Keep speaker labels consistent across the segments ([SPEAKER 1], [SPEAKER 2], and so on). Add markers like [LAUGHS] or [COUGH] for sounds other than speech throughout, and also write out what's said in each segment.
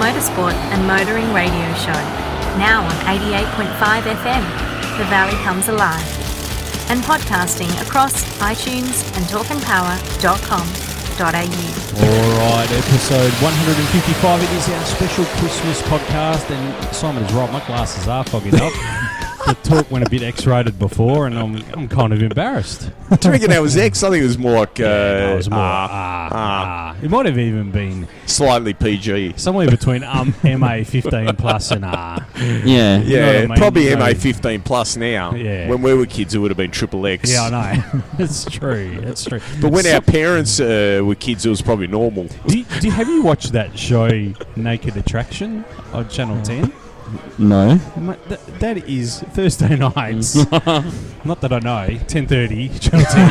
[SPEAKER 1] motorsport and motoring radio show, now on 88.5 FM, The Valley Comes Alive, and podcasting across iTunes and talkandpower.com.au.
[SPEAKER 2] All right, episode 155. It is our special Christmas podcast, and Simon is right. My glasses are fogging
[SPEAKER 3] [LAUGHS]
[SPEAKER 2] up. the talk went a bit X-rated before, and I'm, I'm kind of embarrassed.
[SPEAKER 3] Do you reckon that was X? I think it was more like uh,
[SPEAKER 2] I was more,
[SPEAKER 3] ah,
[SPEAKER 2] ah,
[SPEAKER 3] ah.
[SPEAKER 2] ah. It might have even been
[SPEAKER 3] slightly PG.
[SPEAKER 2] somewhere between um, MA 15 plus and R. know
[SPEAKER 4] Yeah.
[SPEAKER 2] what
[SPEAKER 3] Yeah,
[SPEAKER 2] I mean?
[SPEAKER 3] probably
[SPEAKER 2] So-
[SPEAKER 3] MA 15 plus now.
[SPEAKER 2] Yeah.
[SPEAKER 3] When we were kids, it would have been triple X.
[SPEAKER 2] Yeah, I know. [LAUGHS] it's true. It's true.
[SPEAKER 3] But when
[SPEAKER 2] So-
[SPEAKER 3] our parents uh, were kids, it was probably normal.
[SPEAKER 2] do, you- do you- have you watched that show Naked Attraction on
[SPEAKER 3] Hmm.
[SPEAKER 2] Channel 10?
[SPEAKER 4] No.
[SPEAKER 2] Mate, th- that is Thursday [LAUGHS] nights. Not that I know. Ten thirty, Channel Ten.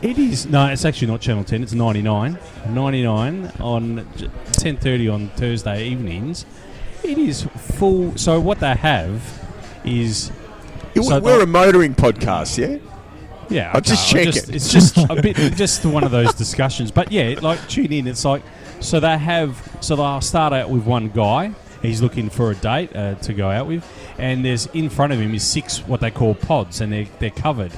[SPEAKER 2] it is no. It's actually not Channel Ten. It's ninety nine. Ninety nine on ten thirty on Thursday evenings. It is full. So what they have is
[SPEAKER 3] It-
[SPEAKER 2] So-
[SPEAKER 3] we're a motoring podcast, yeah?
[SPEAKER 2] yeah.
[SPEAKER 3] I'll just
[SPEAKER 2] okay, I
[SPEAKER 3] check it.
[SPEAKER 2] It's just a bit. Just one of those discussions. But yeah, like tune in. It's like so they have. So they'll start out with one guy. He's looking for a date uh, to go out with, and there's in front of him is six what they call pods, and they're they're covered,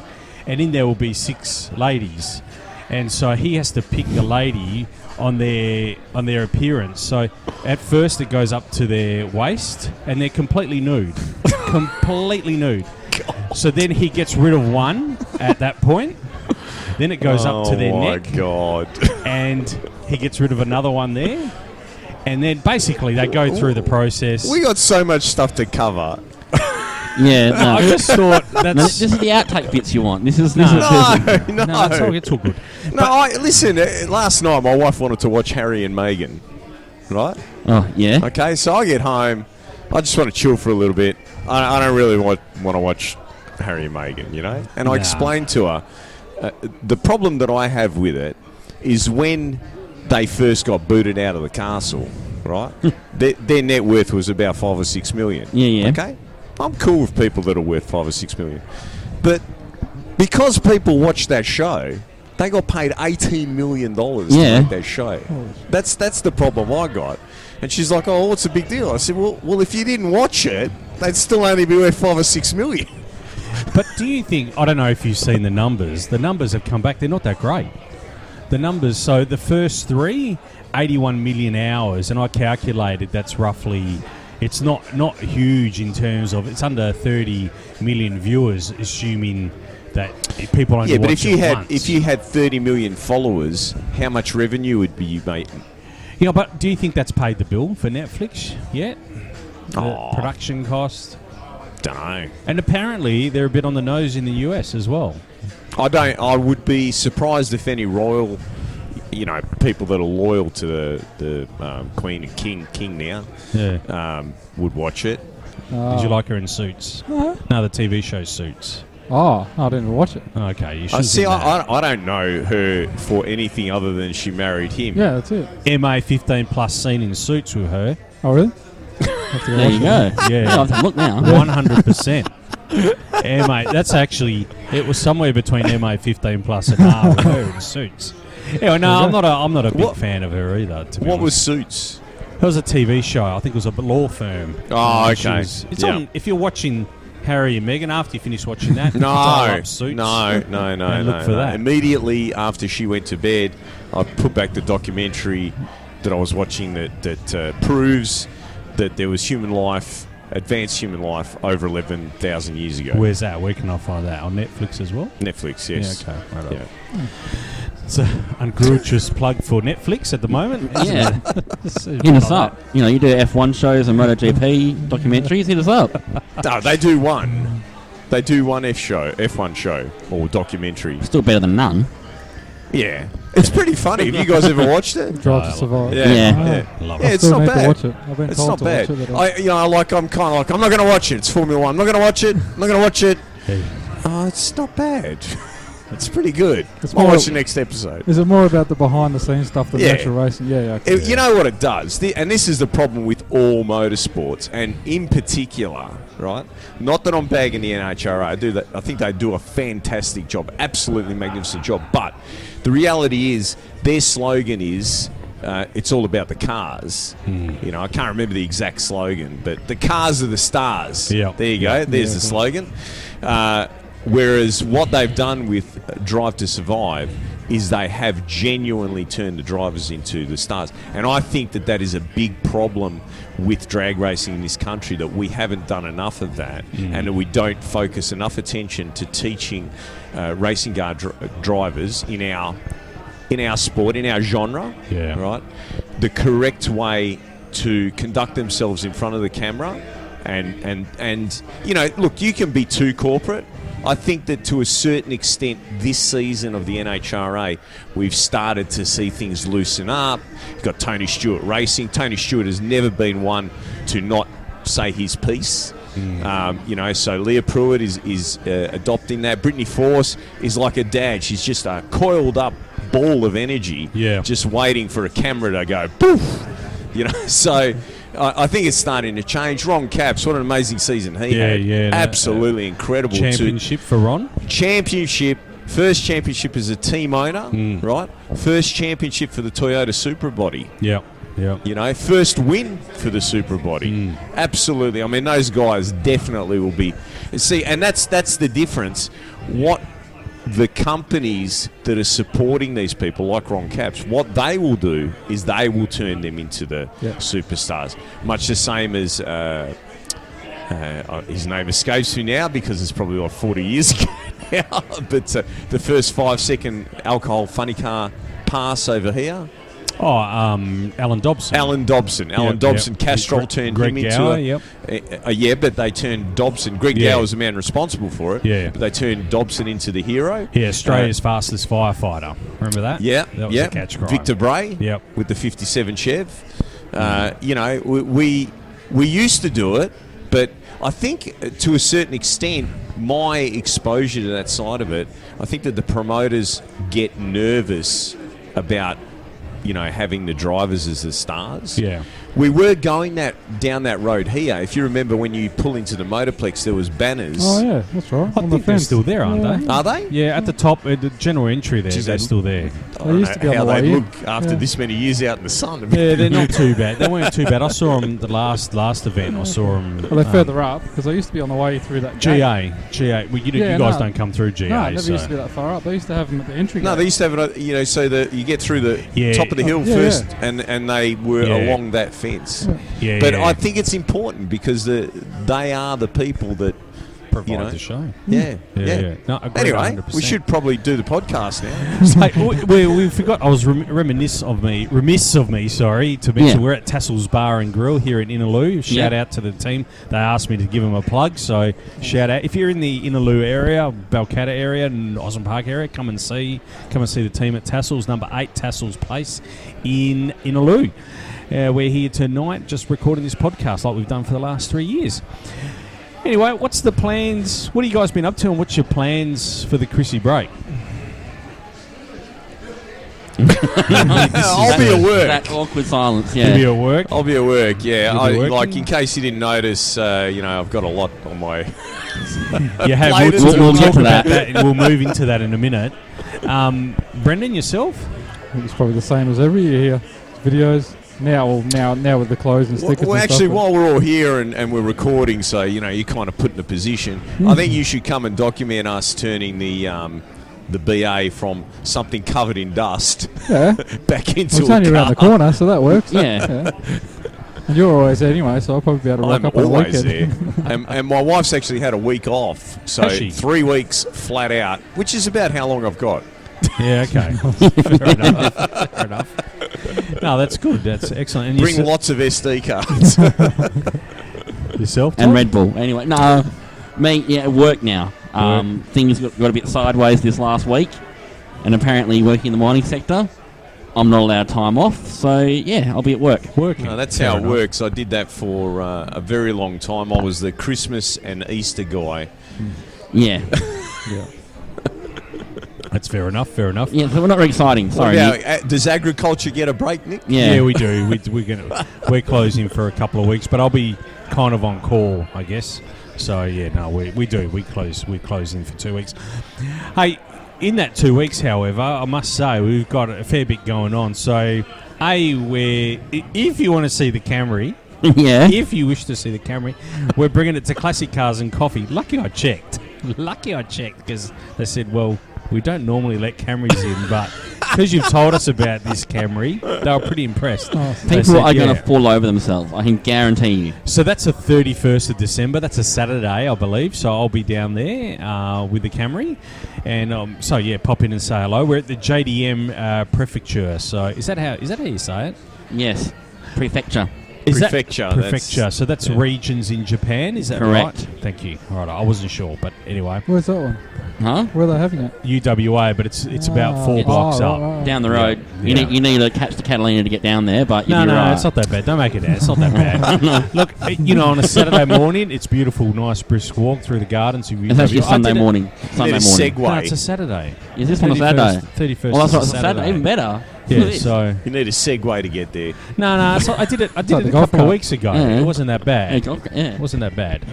[SPEAKER 2] and in there will be six ladies, and so he has to pick the lady on their on their appearance. So at first it goes up to their waist, and they're completely nude, completely nude. So then he gets rid of one at that point. Then it goes up to
[SPEAKER 3] oh
[SPEAKER 2] their
[SPEAKER 3] my
[SPEAKER 2] neck,
[SPEAKER 3] God.
[SPEAKER 2] [LAUGHS] and he gets rid of another one there. And then basically they go through the process.
[SPEAKER 3] we got so much stuff
[SPEAKER 2] [LAUGHS]
[SPEAKER 3] to cover.
[SPEAKER 4] Yeah. No.
[SPEAKER 2] I just thought
[SPEAKER 4] No,
[SPEAKER 2] that's
[SPEAKER 4] this is the outtake bits you want. This is this
[SPEAKER 2] No.
[SPEAKER 4] is
[SPEAKER 3] No,
[SPEAKER 4] this is-
[SPEAKER 2] [LAUGHS]
[SPEAKER 3] no.
[SPEAKER 2] no, it's all, it's all good.
[SPEAKER 3] No, I, listen, uh, last night my wife wanted to watch Harry and Meghan, right?
[SPEAKER 4] Oh yeah.
[SPEAKER 3] [LAUGHS] Okay, so I get home. I just want to chill for a little bit. I, I don't really want, want to watch Harry and Meghan, you know? And I
[SPEAKER 2] Nah.
[SPEAKER 3] explained to her uh, the problem that I have with it is when they first got booted out of the castle, right? [LAUGHS] their, their net worth was about five or six million.
[SPEAKER 4] Hmm. Yeah, yeah.
[SPEAKER 3] Okay? I'm cool with people that are worth five or six million. But because people watch that show, they got paid eighteen million dollars
[SPEAKER 4] Yeah.
[SPEAKER 3] to make that show. That's that's the problem I got. And she's like, "Oh, what's a big deal?" I said, "Well, well, if you didn't watch it, they'd still only be worth five or six million.
[SPEAKER 2] But do you think I don't know if you've seen the numbers. The numbers have come back. They're not that great. The numbers. So the first three, 81 million hours, and I calculated that's roughly. It's not not huge in terms of it's under 30 million viewers, assuming that people only
[SPEAKER 3] Yeah, but
[SPEAKER 2] watch
[SPEAKER 3] if you
[SPEAKER 2] it
[SPEAKER 3] had
[SPEAKER 2] once.
[SPEAKER 3] if you had thirty million followers, how much revenue would be you making?
[SPEAKER 2] you know, but do you think that's paid the bill for Netflix yet? The
[SPEAKER 3] Aw.
[SPEAKER 2] production cost,
[SPEAKER 3] Don't know.
[SPEAKER 2] and apparently they're a bit on the nose in the US as well.
[SPEAKER 3] I don't. I would be surprised if any royal, you know, people that are loyal to the the um, Queen and King King now
[SPEAKER 2] Yeah.
[SPEAKER 3] um, would watch it.
[SPEAKER 2] Did you like her in Suits?
[SPEAKER 5] No.
[SPEAKER 2] No, the TV show Suits.
[SPEAKER 5] Oh, I didn't even watch it.
[SPEAKER 2] Okay, you should
[SPEAKER 3] I see. I, I, I don't know her for anything other than she married him.
[SPEAKER 5] Yeah, that's it.
[SPEAKER 2] MA fifteen plus seen in suits with her.
[SPEAKER 5] Oh, really?
[SPEAKER 4] There you go.
[SPEAKER 2] Yeah.
[SPEAKER 4] I'll have to look now.
[SPEAKER 2] One hundred percent. MA. That's actually it was somewhere between MA fifteen plus and R with her in suits. Anyway, no, I'm not a I'm not a big
[SPEAKER 3] What-
[SPEAKER 2] fan of her either. To be
[SPEAKER 3] What was
[SPEAKER 2] honest.
[SPEAKER 3] Suits?
[SPEAKER 2] it was a TV show. I think it was a law firm.
[SPEAKER 3] Oh,
[SPEAKER 2] And she
[SPEAKER 3] okay.
[SPEAKER 2] was- it's
[SPEAKER 3] Yeah.
[SPEAKER 2] on. If you're watching Harry and Meghan after you finish watching that, dial
[SPEAKER 3] [LAUGHS] [LAUGHS] No,
[SPEAKER 2] up
[SPEAKER 3] no,
[SPEAKER 2] suits.
[SPEAKER 3] no, no, no.
[SPEAKER 2] And look for
[SPEAKER 3] no.
[SPEAKER 2] that.
[SPEAKER 3] Immediately after she went to bed, I put back the documentary that I was watching that that uh, proves that there was human life, advanced human life, over eleven thousand years ago.
[SPEAKER 2] Where's that? Where can I find that on Netflix as well?
[SPEAKER 3] Netflix, yes.
[SPEAKER 2] Yeah, okay. Right on.
[SPEAKER 3] Yeah.
[SPEAKER 2] It's an ungratuitous plug for Netflix at the moment. isn't
[SPEAKER 4] Yeah.
[SPEAKER 2] it? It's a
[SPEAKER 4] Hit
[SPEAKER 2] bit
[SPEAKER 4] us
[SPEAKER 2] like
[SPEAKER 4] up. You know, you do F1 shows and MotoGP documentaries. Hit us up.
[SPEAKER 3] No, they do one. They do one F show, F one show or documentary.
[SPEAKER 4] Still better than none.
[SPEAKER 3] Yeah, it's pretty funny. Have you guys ever watched it?
[SPEAKER 5] Drive
[SPEAKER 2] Oh,
[SPEAKER 5] to Survive.
[SPEAKER 3] Yeah,
[SPEAKER 4] Yeah.
[SPEAKER 3] yeah.
[SPEAKER 2] that. Love
[SPEAKER 3] Yeah,
[SPEAKER 2] it.
[SPEAKER 5] I
[SPEAKER 3] it's
[SPEAKER 5] still
[SPEAKER 3] not
[SPEAKER 5] need
[SPEAKER 3] bad.
[SPEAKER 5] to watch it. I've been
[SPEAKER 3] It's
[SPEAKER 5] told
[SPEAKER 3] not
[SPEAKER 5] to
[SPEAKER 3] bad.
[SPEAKER 5] watch it. but I-
[SPEAKER 3] I, you know, like I'm kind of like I'm not going to watch it. It's Formula One. I'm not going to watch it. I'm not going to watch it.
[SPEAKER 2] Yeah.
[SPEAKER 3] Oh, it's not bad. [LAUGHS] It's pretty good.
[SPEAKER 5] It's
[SPEAKER 3] I'll
[SPEAKER 5] more-
[SPEAKER 3] watch the next episode.
[SPEAKER 5] Is it more about the behind the scenes stuff than
[SPEAKER 3] Yeah.
[SPEAKER 5] the actual racing? Yeah, yeah. okay.
[SPEAKER 3] It- you know what it does, Thi- and this is the problem with all motorsports, and in particular, right? Not that I'm bagging the NHRA. I do that. I think they do a fantastic job, absolutely magnificent job. But the reality is, their slogan is uh, it's all about the cars. You know, I can't remember the exact slogan, but the cars are the stars.
[SPEAKER 2] Yep.
[SPEAKER 3] There you go. There's the slogan. Uh, whereas what they've done with uh, Drive to Survive is they have genuinely turned the drivers into the stars. And I think that that is a big problem with drag racing in this country that we haven't done enough of that and that we don't focus enough attention to teaching uh, racing car dr- drivers in our in our sport, in our genre,
[SPEAKER 2] Yeah.
[SPEAKER 3] right? The correct way to conduct themselves in front of the camera, and and and you know, look, you can be too corporate. I think that to a certain extent, this season of the NHRA, we've started to see things loosen up. You've got Tony Stewart racing. Tony Stewart has never been one to not say his piece. Um, you know, so Leah Pruitt is, is uh, adopting that. Brittany Force is like a dad. She's just a coiled up ball of energy,
[SPEAKER 2] Yeah.
[SPEAKER 3] just waiting for a camera to go poof. You know, [LAUGHS] so I, I think it's starting to change. Ron Caps, what an amazing season he
[SPEAKER 2] Yeah,
[SPEAKER 3] had.
[SPEAKER 2] yeah, that-
[SPEAKER 3] absolutely incredible. to-
[SPEAKER 2] Championship for Ron.
[SPEAKER 3] championship. First championship as a team owner,
[SPEAKER 2] Hmm.
[SPEAKER 3] right? First championship for the Toyota Superbody.
[SPEAKER 2] Yeah, yeah.
[SPEAKER 3] You know, first win for the Superbody. Absolutely. I mean, those guys definitely will be. See, and that's that's the difference. What the companies that are supporting these people, like Ron Caps, what they will do is they will turn them into the
[SPEAKER 5] Yeah.
[SPEAKER 3] superstars. Much the same as. Uh, uh, his name escapes me now because it's probably like 40 years [LAUGHS] ago now. But uh, the first five second alcohol funny car pass over here,
[SPEAKER 2] Oh, um, Alan Dobson.
[SPEAKER 3] Alan Dobson. Alan
[SPEAKER 2] Yep,
[SPEAKER 3] Dobson.
[SPEAKER 2] yep.
[SPEAKER 3] Castrol
[SPEAKER 2] Gre-
[SPEAKER 3] turned
[SPEAKER 2] Greg
[SPEAKER 3] him
[SPEAKER 2] Gower,
[SPEAKER 3] into
[SPEAKER 2] yep.
[SPEAKER 3] a, a- a- yeah, but they turned Dobson. Greg
[SPEAKER 2] Yeah.
[SPEAKER 3] Gower was the man responsible for it.
[SPEAKER 2] Yeah.
[SPEAKER 3] but they turned Dobson into the hero.
[SPEAKER 2] Yeah, Australia's fastest firefighter. Remember that?
[SPEAKER 3] Uh, yeah,
[SPEAKER 2] that was
[SPEAKER 3] yeah.
[SPEAKER 2] a catch cry.
[SPEAKER 3] Victor Bray.
[SPEAKER 2] Yep.
[SPEAKER 3] with the '57 Chev. Uh, you know, we, we we used to do it, but I think uh, to a certain extent, my exposure to that side of it, I think that the promoters get nervous about you know having the drivers as the stars.
[SPEAKER 2] Yeah.
[SPEAKER 3] We were going that down that road here. If you remember, when you pull into the motorplex, there was banners.
[SPEAKER 5] Oh yeah, that's right.
[SPEAKER 2] I
[SPEAKER 5] on
[SPEAKER 2] think
[SPEAKER 5] the
[SPEAKER 2] they're
[SPEAKER 5] fence.
[SPEAKER 2] still there, aren't
[SPEAKER 5] Yeah.
[SPEAKER 2] they?
[SPEAKER 3] Are they?
[SPEAKER 2] Yeah, at the top, at the general entry there,
[SPEAKER 3] Geez,
[SPEAKER 2] they're
[SPEAKER 3] they-
[SPEAKER 2] still there.
[SPEAKER 3] [LAUGHS] I
[SPEAKER 5] They
[SPEAKER 3] don't
[SPEAKER 5] used to
[SPEAKER 3] know
[SPEAKER 5] be on
[SPEAKER 3] how
[SPEAKER 5] the
[SPEAKER 3] they
[SPEAKER 5] way in.
[SPEAKER 3] look after
[SPEAKER 5] Yeah.
[SPEAKER 3] this many years out in the sun.
[SPEAKER 2] Yeah,
[SPEAKER 3] [LAUGHS]
[SPEAKER 2] they're not too bad. They weren't too bad. I saw them the last last event. I saw um, them.
[SPEAKER 5] Well, they're further up because they used to be on the way through that gate.
[SPEAKER 2] GA, GA. Well, you,
[SPEAKER 5] Yeah,
[SPEAKER 2] you guys
[SPEAKER 5] no.
[SPEAKER 2] don't come through GA.
[SPEAKER 5] No, it never
[SPEAKER 2] so.
[SPEAKER 5] used to be that far up. They used to have them at the entry.
[SPEAKER 3] No, they
[SPEAKER 5] gate.
[SPEAKER 3] used to have it. uh, You know, so that you get through the
[SPEAKER 2] Yeah.
[SPEAKER 3] top of the
[SPEAKER 5] Oh,
[SPEAKER 3] hill
[SPEAKER 5] yeah,
[SPEAKER 3] first, and and they were
[SPEAKER 2] Yeah.
[SPEAKER 3] along that fence.
[SPEAKER 2] Yeah,
[SPEAKER 3] but
[SPEAKER 2] yeah.
[SPEAKER 3] I think it's important because the they are the people that.
[SPEAKER 2] provide
[SPEAKER 3] you know.
[SPEAKER 2] the show.
[SPEAKER 5] Hmm.
[SPEAKER 3] Yeah,
[SPEAKER 2] Yeah,
[SPEAKER 3] yeah.
[SPEAKER 2] yeah. No, agreed,
[SPEAKER 3] anyway, we
[SPEAKER 2] 100%.
[SPEAKER 3] should probably do the podcast now.
[SPEAKER 4] [LAUGHS]
[SPEAKER 2] Mate, we, we, we forgot. I was rem- remiss of me, remiss of me. Sorry to mention
[SPEAKER 4] Yeah.
[SPEAKER 2] we're at Tassel's Bar and Grill here in Inaloo. Shout
[SPEAKER 4] Yeah.
[SPEAKER 2] out to the team. They asked me to give them a plug, so shout out. If you're in the Inaloo area, Balcatta area, and Osmond Park area, come and see come and see the team at Tassel's number eight Tassel's Place in Inaloo. Uh, we're here tonight, just recording this podcast like we've done for the last three years. Anyway, what's the plans? What have you guys been up to, and what's your plans for the Chrissy break?
[SPEAKER 3] I'll be at work.
[SPEAKER 4] That awkward silence, yeah.
[SPEAKER 2] Give you a work.
[SPEAKER 3] I'll be at work. Yeah,
[SPEAKER 2] You'll be
[SPEAKER 3] I,
[SPEAKER 2] working?
[SPEAKER 3] like in case you didn't notice, uh, you know, I've got a lot on my.
[SPEAKER 2] [LAUGHS] You have.
[SPEAKER 3] Later
[SPEAKER 2] We'll, we'll,
[SPEAKER 4] tonight.
[SPEAKER 2] talk about that. We'll move into that in a minute. Um, Brendan, yourself? [LAUGHS]
[SPEAKER 5] I think it's probably the same as every year here. Videos now, well, now, now with the clothes and
[SPEAKER 3] Well,
[SPEAKER 5] stickers.
[SPEAKER 3] well,
[SPEAKER 5] and
[SPEAKER 3] actually,
[SPEAKER 5] stuff,
[SPEAKER 3] while we're all here and, and we're recording, so you know, you're kind of put in a position. I think you should come and document us turning the um, the BA from something covered in dust
[SPEAKER 5] yeah, well,
[SPEAKER 3] [LAUGHS] back into
[SPEAKER 5] it's
[SPEAKER 3] a
[SPEAKER 5] only around the
[SPEAKER 3] car.
[SPEAKER 5] corner, so that works.
[SPEAKER 4] Yeah.
[SPEAKER 5] And you're always there anyway, so I'll probably be able to rock
[SPEAKER 3] [LAUGHS] I'm
[SPEAKER 5] up on a
[SPEAKER 3] always
[SPEAKER 5] weekend.
[SPEAKER 3] there, and, and my wife's actually had a week off, so
[SPEAKER 2] Has she?
[SPEAKER 3] three weeks flat out, which is about how long I've got.
[SPEAKER 2] Yeah. Okay. [LAUGHS] Fair enough. Fair enough. No, that's good. That's excellent. And
[SPEAKER 3] Bring
[SPEAKER 2] yourse-
[SPEAKER 3] lots of
[SPEAKER 2] [LAUGHS]
[SPEAKER 3] SD cards. [LAUGHS]
[SPEAKER 2] yourself.
[SPEAKER 4] and
[SPEAKER 2] Tom?
[SPEAKER 4] Red Bull. Anyway, no, me, yeah, at work now. Um, Things got, got a bit sideways this last week, and apparently working in the mining sector, I'm not allowed time off. So yeah, I'll be at work.
[SPEAKER 2] working.
[SPEAKER 3] No, that's
[SPEAKER 2] Fair
[SPEAKER 3] how it
[SPEAKER 2] enough.
[SPEAKER 3] works. I did that for uh, a very long time. I was the Christmas and Easter guy.
[SPEAKER 4] Yeah,
[SPEAKER 5] Yeah.
[SPEAKER 2] That's fair enough. Fair enough.
[SPEAKER 4] yeah. So we're not very exciting. Sorry.
[SPEAKER 3] Now,
[SPEAKER 4] Nick.
[SPEAKER 3] uh, does agriculture get a break, Nick?
[SPEAKER 4] Yeah.
[SPEAKER 2] Yeah, we do. We, we're gonna we're closing for a couple of weeks, but I'll be kind of on call, I guess. So yeah, no, we, we do. We close. We close in for two weeks. Hey, in that two weeks, however, I must say we've got a fair bit going on. So A, where i- if you want to see the Camry,
[SPEAKER 4] [LAUGHS] yeah.
[SPEAKER 2] if you wish to see the Camry, we're bringing it to Classic Cars and Coffee. Lucky I checked. Lucky I checked because they said, well, we don't normally let Camrys in, but because you've told us about this Camry, they were pretty impressed. They
[SPEAKER 4] Oh, People
[SPEAKER 2] said,
[SPEAKER 4] are going to
[SPEAKER 2] "Yeah."
[SPEAKER 4] fall over themselves. I can guarantee you.
[SPEAKER 2] So that's the 31st of December. That's a Saturday, I believe. So I'll be down there uh, with the Camry. And um, so, yeah, pop in and say hello. We're at the JDM uh, Prefecture. So is that how is that how you say it?
[SPEAKER 4] Yes. Prefecture.
[SPEAKER 2] Is that-
[SPEAKER 3] Prefecture, that's-
[SPEAKER 2] prefecture. So that's
[SPEAKER 3] yeah.
[SPEAKER 2] regions in Japan. Is that
[SPEAKER 4] Correct.
[SPEAKER 2] right? Thank you. All right, I wasn't sure, but anyway,
[SPEAKER 5] Where's that one?
[SPEAKER 4] Huh?
[SPEAKER 5] Where are they having it?
[SPEAKER 2] UWA. But it's it's about
[SPEAKER 5] Ah,
[SPEAKER 2] four
[SPEAKER 5] oh,
[SPEAKER 2] blocks
[SPEAKER 5] right,
[SPEAKER 2] up.
[SPEAKER 5] right, right.
[SPEAKER 4] Down the
[SPEAKER 2] Yeah.
[SPEAKER 4] road. You,
[SPEAKER 2] Yeah.
[SPEAKER 4] need, you need to catch the Catalina to get down there, but you'll
[SPEAKER 2] No,
[SPEAKER 4] be
[SPEAKER 2] no,
[SPEAKER 4] right.
[SPEAKER 2] it's not that bad. Don't make it that. It's not that
[SPEAKER 4] [LAUGHS]
[SPEAKER 2] bad. Look, uh, you know, on a Saturday morning, it's beautiful, nice brisk walk through the gardens. of
[SPEAKER 4] It's actually
[SPEAKER 2] UWA.
[SPEAKER 4] a
[SPEAKER 2] I
[SPEAKER 4] Sunday
[SPEAKER 2] did it-
[SPEAKER 4] morning. Sunday
[SPEAKER 3] Need a
[SPEAKER 2] No,
[SPEAKER 4] morning.
[SPEAKER 2] it's
[SPEAKER 3] segue.
[SPEAKER 2] a Saturday.
[SPEAKER 4] Is this one a Saturday?
[SPEAKER 2] Thirty first.
[SPEAKER 4] Well, that's right. It's a Saturday. Even better. Look
[SPEAKER 2] Yeah.
[SPEAKER 4] at this.
[SPEAKER 2] So
[SPEAKER 3] you need a segue to get there.
[SPEAKER 2] no, no. So I did it. I did
[SPEAKER 5] like
[SPEAKER 2] it
[SPEAKER 5] the
[SPEAKER 2] a
[SPEAKER 5] golf
[SPEAKER 2] couple of
[SPEAKER 5] cart.
[SPEAKER 2] weeks ago.
[SPEAKER 4] Yeah.
[SPEAKER 2] It wasn't that
[SPEAKER 4] Yeah,
[SPEAKER 2] bad.
[SPEAKER 4] go- yeah.
[SPEAKER 2] It wasn't that bad.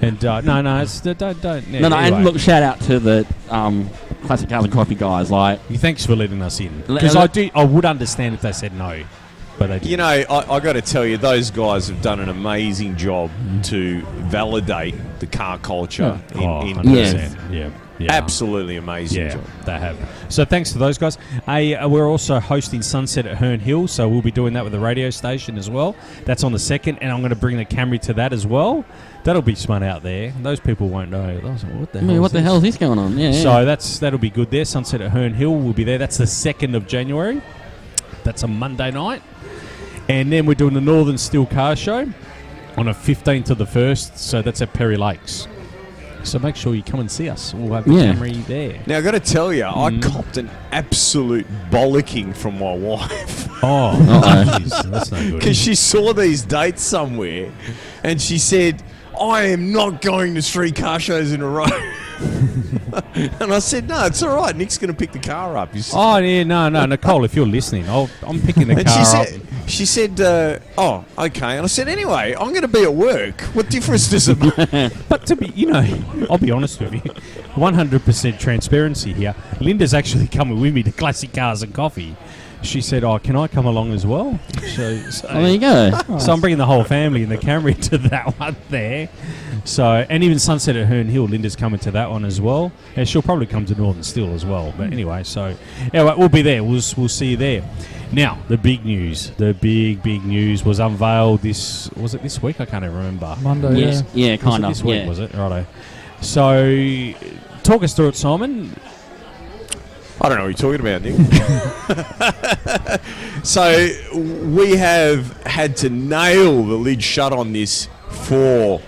[SPEAKER 2] And uh, no, no. It's don't don't. Yeah,
[SPEAKER 4] No, no,
[SPEAKER 2] anyway.
[SPEAKER 4] and look, shout out to the um, classic cars and coffee guys. Like,
[SPEAKER 2] Yeah, Thanks for letting us in.
[SPEAKER 4] Le-
[SPEAKER 2] Because
[SPEAKER 4] le-
[SPEAKER 2] I do, I would understand if they said no, but they didn't.
[SPEAKER 3] You know, I, I got to tell you, those guys have done an amazing job to validate the car culture.
[SPEAKER 2] oh,
[SPEAKER 3] in,
[SPEAKER 2] 100%.
[SPEAKER 3] in
[SPEAKER 4] Yes.
[SPEAKER 2] yeah, yeah,
[SPEAKER 3] Absolutely amazing
[SPEAKER 2] Yeah,
[SPEAKER 3] job.
[SPEAKER 2] they have. So thanks to those guys. I, uh, we're also hosting Sunset at Herne Hill, so we'll be doing that with the radio station as well. That's on the second, and I'm going to bring the Camry to that as well. That'll be spun out there. Those people won't know. Those- What the
[SPEAKER 4] I
[SPEAKER 2] hell?
[SPEAKER 4] mean,
[SPEAKER 2] is
[SPEAKER 4] what the
[SPEAKER 2] this?
[SPEAKER 4] hell is this going on? Yeah, yeah.
[SPEAKER 2] So that's that'll be good there. Sunset at Herne Hill will be there. That's the second of January. That's a Monday night, and then we're doing the Northern Steel Car Show on the fifteenth of the first. So that's at Perry Lakes. So make sure you come and see us. We'll have the
[SPEAKER 4] Yeah.
[SPEAKER 2] Camry there.
[SPEAKER 3] Now, I got to tell you,
[SPEAKER 2] Mm.
[SPEAKER 3] I copped an absolute bollocking from my [LAUGHS] wife
[SPEAKER 2] Oh, jeez, that's not
[SPEAKER 3] [LAUGHS]
[SPEAKER 2] good.
[SPEAKER 3] because she saw these dates somewhere and she said, I am not going to three car shows in a row. [LAUGHS] and I said, No, it's all right. Nick's going to pick the car up. He's-
[SPEAKER 2] Oh yeah, no, no, Nicole. If you're listening, I'll, I'm picking the
[SPEAKER 3] and [LAUGHS] she
[SPEAKER 2] car up.
[SPEAKER 3] said, she said, uh, Oh, okay. And I said, Anyway, I'm going to be at work. What difference does it make?
[SPEAKER 2] But to be, you know, I'll be honest with you, 100% transparency here. Linda's actually coming with me to Classic Cars and Coffee. She said, "Oh, can I come along as well?" So, so,
[SPEAKER 4] Oh,
[SPEAKER 2] [LAUGHS]
[SPEAKER 4] there you go.
[SPEAKER 2] so I'm bringing the whole family and the [LAUGHS] Camry to that one there. So, and even Sunset at Herne Hill, Linda's coming to that one as well, and she'll probably come to Northern Steel as well. But anyway, so anyway, we'll be there. We'll s- we'll see you there. Now, the big news, the big big news was unveiled this was it this week? I can't even remember.
[SPEAKER 5] Monday,
[SPEAKER 4] yeah,
[SPEAKER 5] yeah.
[SPEAKER 4] yeah,
[SPEAKER 2] Was it
[SPEAKER 4] kind of.
[SPEAKER 2] This week,
[SPEAKER 4] yeah.
[SPEAKER 2] was it? Righto. So, talk us through it, Simon.
[SPEAKER 3] I don't know what you're talking about, Nick. [LAUGHS] so we have had to nail the lid shut on this for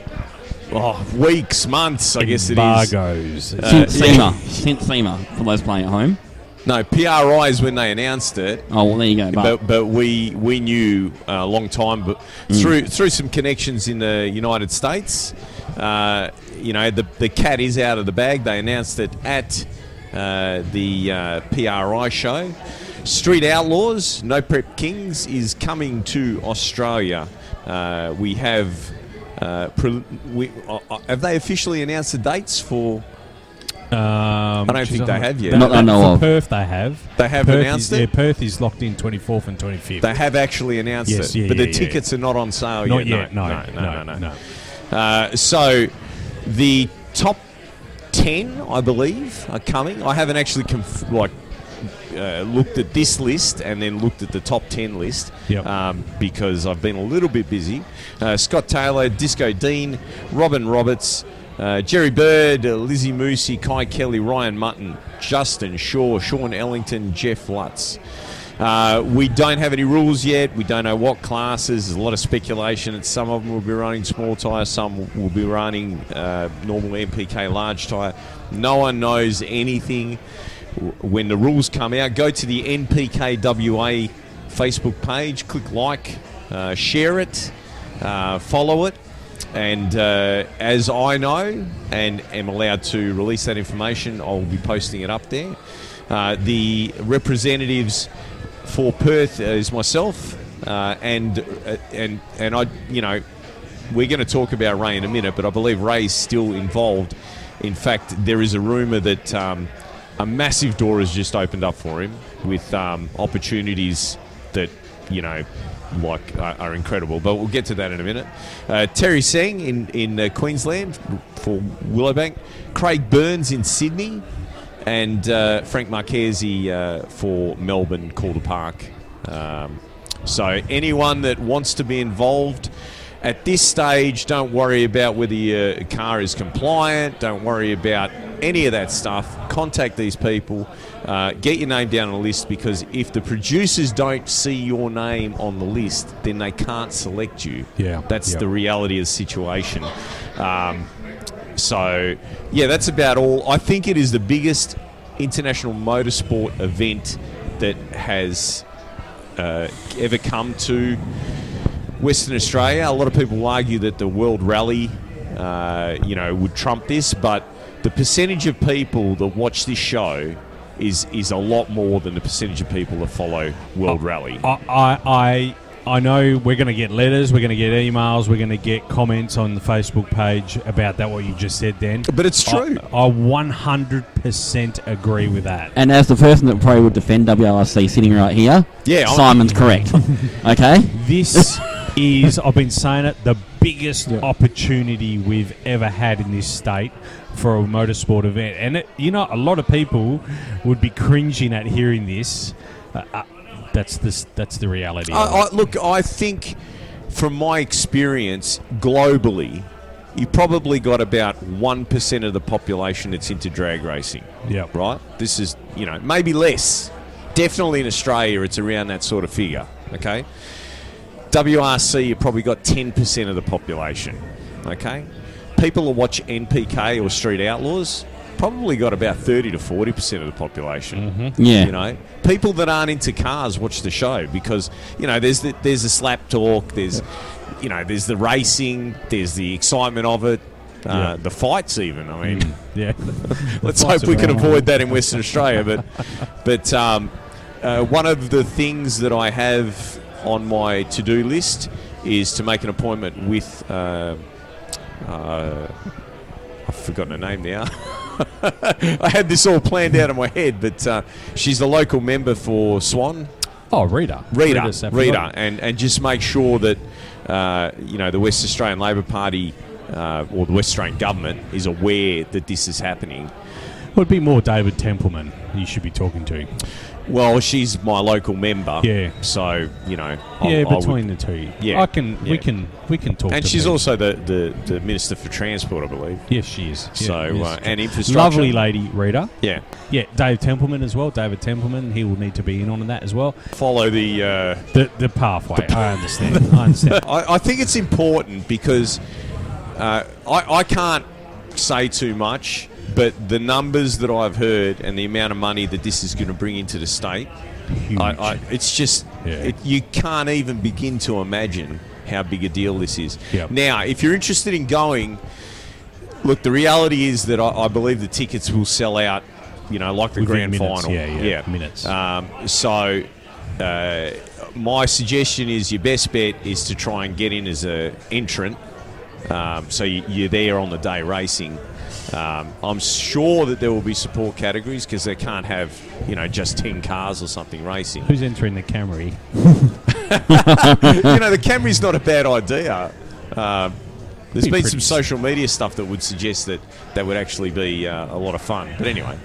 [SPEAKER 3] oh, weeks, months, I guess it is. Uh,
[SPEAKER 2] Embargoes.
[SPEAKER 4] Since SEMA. Since SEMA, for those playing at home.
[SPEAKER 3] No, PRI is when they announced it.
[SPEAKER 4] Oh, well, there you go. But,
[SPEAKER 3] But, but we we knew uh, a long time but
[SPEAKER 2] Mm.
[SPEAKER 3] through through some connections in the United States, uh, you know the the cat is out of the bag. They announced it at uh, the uh, PRI show. Street Outlaws, No Prep Kings is coming to Australia. Uh, we have. Uh, pre- we, uh, uh, have they officially announced the dates for?
[SPEAKER 2] Um,
[SPEAKER 3] I don't
[SPEAKER 2] geez,
[SPEAKER 3] think they
[SPEAKER 2] I'm-
[SPEAKER 3] have yet.
[SPEAKER 2] No,
[SPEAKER 4] Not that I know
[SPEAKER 2] for
[SPEAKER 4] of.
[SPEAKER 2] Perth, they have.
[SPEAKER 3] They have
[SPEAKER 2] Perth
[SPEAKER 3] announced
[SPEAKER 2] is,
[SPEAKER 3] it?
[SPEAKER 2] Yeah, Perth is locked in 24th and 25th.
[SPEAKER 3] They have actually announced
[SPEAKER 2] Yes,
[SPEAKER 3] it,
[SPEAKER 2] yeah,
[SPEAKER 3] but
[SPEAKER 2] yeah,
[SPEAKER 3] the
[SPEAKER 2] yeah.
[SPEAKER 3] tickets are not on sale
[SPEAKER 2] Not
[SPEAKER 3] yet.
[SPEAKER 2] yet. No, no, no, no,
[SPEAKER 3] Uh, so the top 10, I believe, are coming. I haven't actually conf- like uh, looked at this list and then looked at the top 10 list
[SPEAKER 2] Yep.
[SPEAKER 3] um, because I've been a little bit busy. Uh, Scott Taylor, Disco Dean, Robin Roberts, uh, Jerry Bird, uh, Lizzie Moosey, Kai Kelly, Ryan Mutton, Justin Shaw, Sean Ellington, Jeff Lutz. Uh, we don't have any rules yet. We don't know what classes. There's a lot of speculation. that Some of them will be running small tyre, some will be running uh, normal MPK large tyre. No one knows anything. W- When the rules come out, go to the NPKWA Facebook page, click like, uh, share it, uh, follow it. And uh, as I know and am allowed to release that information, I'll be posting it up there. Uh, the representatives for Perth is myself, uh, and uh, and and I, you know, we're going to talk about Ray in a minute, but I believe Ray's still involved. In fact, there is a rumor that um, a massive door has just opened up for him with um, opportunities that you know, like are, are incredible. But we'll get to that in a minute. Uh, Terry Singh in in uh, Queensland for Willowbank, Craig Burns in Sydney, and uh, Frank Marchese uh, for Melbourne Calder Park. Um, so anyone that wants to be involved. At this stage, don't worry about whether your car is compliant. Don't worry about any of that stuff. Contact these people. Uh, get your name down on a list because if the producers don't see your name on the list, then they can't select you.
[SPEAKER 2] Yeah,
[SPEAKER 3] that's
[SPEAKER 2] yeah.
[SPEAKER 3] the reality of the situation. Um, so, yeah, that's about all. I think it is the biggest international motorsport event that has uh, ever come to Western Australia. A lot of people argue that the World Rally, uh, you know, would trump this, but the percentage of people that watch this show is is a lot more than the percentage of people that follow World Rally.
[SPEAKER 2] I, I, I, I know we're going to get letters, we're going to get emails, we're going to get comments on the Facebook page about that, what you just said, Dan.
[SPEAKER 3] But it's true.
[SPEAKER 2] I, I 100% agree with that.
[SPEAKER 4] And as the person that probably would defend WRC sitting right here,
[SPEAKER 3] Yeah, I'm-
[SPEAKER 4] Simon's
[SPEAKER 3] [LAUGHS]
[SPEAKER 4] correct. okay?
[SPEAKER 2] This is, I've been saying it, the biggest
[SPEAKER 5] Yeah.
[SPEAKER 2] opportunity we've ever had in this state for a motorsport event. And, it, you know, a lot of people would be cringing at hearing this. Uh, uh, that's, this, that's the reality. of it.
[SPEAKER 3] I, I, look, I think from my experience globally, you probably got about 1% of the population that's into drag racing.
[SPEAKER 2] Yep.
[SPEAKER 3] Right? This is, you know, maybe less. Definitely in Australia, it's around that sort of figure. Okay? WRC, you probably got 10% of the population. Okay? People that watch NPK or Street Outlaws probably got about 30 to 40% of the population.
[SPEAKER 4] Yeah.
[SPEAKER 3] You know, people that aren't into cars watch the show because you know there's the, there's the slap talk, there's you know there's the racing, there's the excitement of it,
[SPEAKER 2] Yeah.
[SPEAKER 3] uh,
[SPEAKER 2] Mm.
[SPEAKER 3] the fights even. I mean,
[SPEAKER 2] [LAUGHS] yeah.
[SPEAKER 3] let's
[SPEAKER 2] fights
[SPEAKER 3] hope we
[SPEAKER 2] are
[SPEAKER 3] can
[SPEAKER 2] wrong.
[SPEAKER 3] avoid that in Western Australia.
[SPEAKER 2] [LAUGHS]
[SPEAKER 3] But but um, uh, one of the things that I have on my to do list is to make an appointment with. Uh, uh, I've forgotten her name now. [LAUGHS] I had this all planned out in my head, but uh, she's the local member for Swan,
[SPEAKER 2] Oh, Rita.
[SPEAKER 3] Rita,
[SPEAKER 2] Rita's- I forgot.
[SPEAKER 3] Rita, and and just make sure that uh, you know the West Australian Labor Party uh, or the West Australian government is aware that this is happening.
[SPEAKER 2] Would be more David Templeman you should be talking to.
[SPEAKER 3] Well, she's my local member.
[SPEAKER 2] Yeah.
[SPEAKER 3] So you know.
[SPEAKER 2] yeah,
[SPEAKER 3] would-
[SPEAKER 2] between the two.
[SPEAKER 3] Yeah,
[SPEAKER 2] I can.
[SPEAKER 3] yeah.
[SPEAKER 2] We can. We can talk.
[SPEAKER 3] and
[SPEAKER 2] to
[SPEAKER 3] she's
[SPEAKER 2] them.
[SPEAKER 3] also the, the, the minister for transport, I believe.
[SPEAKER 2] Yes, she is. Yeah,
[SPEAKER 3] so
[SPEAKER 2] yes.
[SPEAKER 3] uh, and infrastructure.
[SPEAKER 2] lovely lady, Rita.
[SPEAKER 3] Yeah.
[SPEAKER 2] Yeah, Dave Templeman as well. David Templeman. He will need to be in on that as well.
[SPEAKER 3] Follow the. Uh, [LAUGHS]
[SPEAKER 2] The the pathway. I understand. I understand.
[SPEAKER 3] I, I think it's important because uh, I, I can't say too much, but the numbers that I've heard and the amount of money that this is going to bring into the state,
[SPEAKER 2] Huge.
[SPEAKER 3] I, I, it's just
[SPEAKER 2] Yeah.
[SPEAKER 3] it, you can't even begin to imagine how big a deal this is.
[SPEAKER 2] Yeah.
[SPEAKER 3] Now, if you're interested in going, look, the reality is that I, I believe the tickets will sell out. You know, like the
[SPEAKER 2] Within
[SPEAKER 3] grand
[SPEAKER 2] minutes,
[SPEAKER 3] final.
[SPEAKER 2] yeah, yeah, minutes.
[SPEAKER 3] Um, so, uh, my suggestion is your best bet is to try and get in as a entrant. Um, so you, you're there on the day racing. Um, I'm sure that there will be support categories because they can't have you know just ten cars or something
[SPEAKER 2] [LAUGHS]
[SPEAKER 3] racing.
[SPEAKER 2] Who's entering the Camry?
[SPEAKER 3] you know the Camry's not a bad idea. Um, there's
[SPEAKER 2] Be
[SPEAKER 3] been
[SPEAKER 2] pretty-
[SPEAKER 3] some social media stuff that would suggest that that would actually be uh, a lot of fun. But anyway,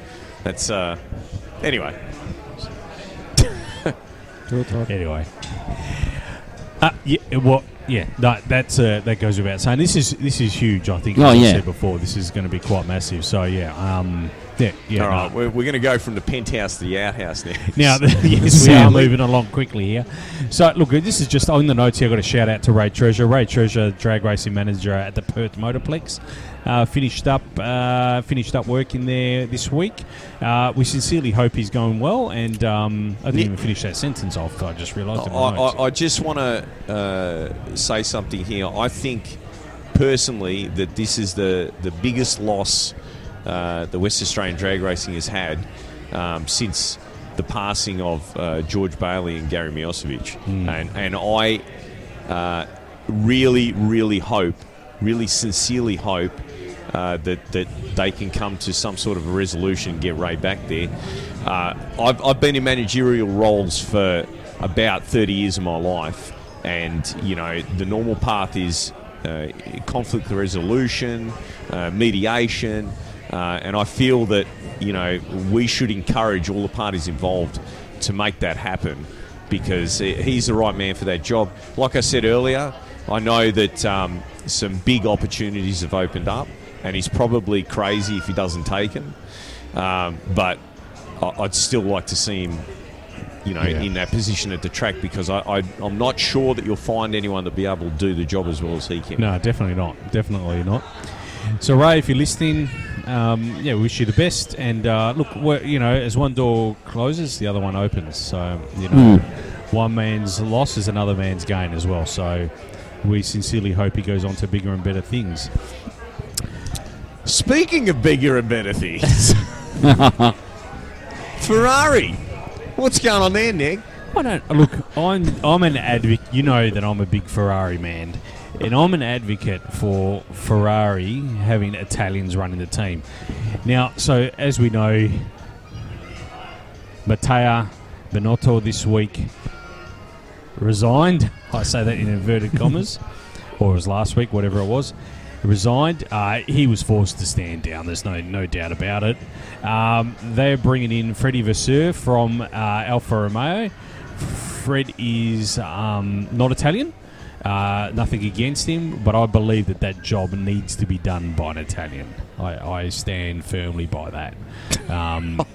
[SPEAKER 3] that's uh, anyway.
[SPEAKER 5] Short time.
[SPEAKER 2] Anyway. Uh, yeah, well, yeah, that, that's uh, that goes without saying. This is this is huge. I think.
[SPEAKER 4] Oh,
[SPEAKER 2] as I
[SPEAKER 4] yeah.
[SPEAKER 2] said before, this is going to be quite massive. So yeah, um, yeah, yeah.
[SPEAKER 3] All
[SPEAKER 2] no,
[SPEAKER 3] right, we're, we're going to go from the penthouse to the outhouse now.
[SPEAKER 2] Now,
[SPEAKER 3] [LAUGHS]
[SPEAKER 2] [LAUGHS] yes, we
[SPEAKER 4] Sadly.
[SPEAKER 2] are moving along quickly here. So, look, this is just on the notes here. I've got a shout out to Ray Treasure. Ray Treasure, drag racing manager at the Perth Motorplex. Uh, finished up, uh, finished up work in there this week. Uh, we sincerely hope he's going well. And um, I didn't
[SPEAKER 3] Nick-
[SPEAKER 2] even finish that sentence off. I just realised.
[SPEAKER 3] I,
[SPEAKER 2] in my notes.
[SPEAKER 3] I, I just want to uh, say something here. I think personally that this is the, the biggest loss uh, the West Australian drag racing has had um, since the passing of uh, George Bailey and Gary Milosevic. And, and I uh, really, really hope, really sincerely hope uh, that that they can come to some sort of a resolution, and get Ray back there. Uh, I've, I've been in managerial roles for about 30 years of my life. And, you know, the normal path is uh, conflict resolution, uh, mediation. Uh, and I feel that, you know, we should encourage all the parties involved to make that happen because he- he's the right man for that job. Like I said earlier, I know that um, some big opportunities have opened up, and he's probably crazy if he doesn't take them. Um, but I- I'd still like to see him, you know,
[SPEAKER 2] Yeah.
[SPEAKER 3] in that position at the track because I, I, I'm not sure that you'll find anyone that'll be able to do the job as well as he can.
[SPEAKER 2] No, definitely not. Definitely not. So, Ray, if you're listening, um, yeah, we wish you the best. And uh, look, we're, you know, as one door closes, the other one opens. So, you know, one man's loss is another man's gain as well. So, we sincerely hope he goes on to bigger and better things.
[SPEAKER 3] Speaking of bigger and better
[SPEAKER 2] [LAUGHS]
[SPEAKER 3] things, Ferrari. What's going on there, Nick?
[SPEAKER 2] I don't look. I'm I'm an advocate. You know that I'm a big Ferrari man, and I'm an advocate for Ferrari having Italians running the team. Now, so as we know, Matteo Benotto this week resigned. [LAUGHS] I say that in inverted
[SPEAKER 4] [LAUGHS]
[SPEAKER 2] commas, or it was last week, whatever it was. Resigned. Uh, he was forced to stand down. There's no no doubt about it. Um, they're bringing in Freddie Vasseur from uh, Alfa Romeo. Fred is um, not Italian. Uh, nothing against him, but I believe that that job needs to be done by an Italian. I, I stand firmly by that.
[SPEAKER 4] [LAUGHS]
[SPEAKER 2] Um,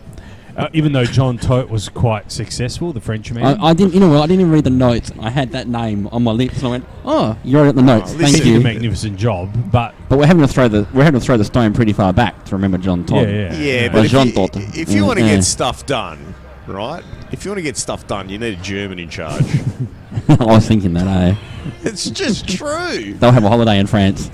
[SPEAKER 2] uh, even though John Tote was quite successful, the Frenchman.
[SPEAKER 4] I, I didn't, you know what? I didn't even read the notes. I had that name on my lips, and I went, "Oh, you wrote it in the notes. Thank
[SPEAKER 3] listen,
[SPEAKER 2] did a
[SPEAKER 4] you."
[SPEAKER 2] magnificent job, but
[SPEAKER 4] But we're having to throw the we're having to throw the stone pretty far back to remember John Todd.
[SPEAKER 2] yeah, yeah,
[SPEAKER 3] Yeah,
[SPEAKER 2] yeah.
[SPEAKER 3] but if
[SPEAKER 4] Jean
[SPEAKER 3] you,
[SPEAKER 4] thought that.
[SPEAKER 3] if you want to
[SPEAKER 4] Mm, Yeah.
[SPEAKER 3] get stuff done, right? If you want to get stuff done, you need a German in charge. [LAUGHS]
[SPEAKER 4] [LAUGHS] I was thinking that. Eh?
[SPEAKER 3] it's just true.
[SPEAKER 4] They'll have a holiday
[SPEAKER 3] [LAUGHS]
[SPEAKER 4] in France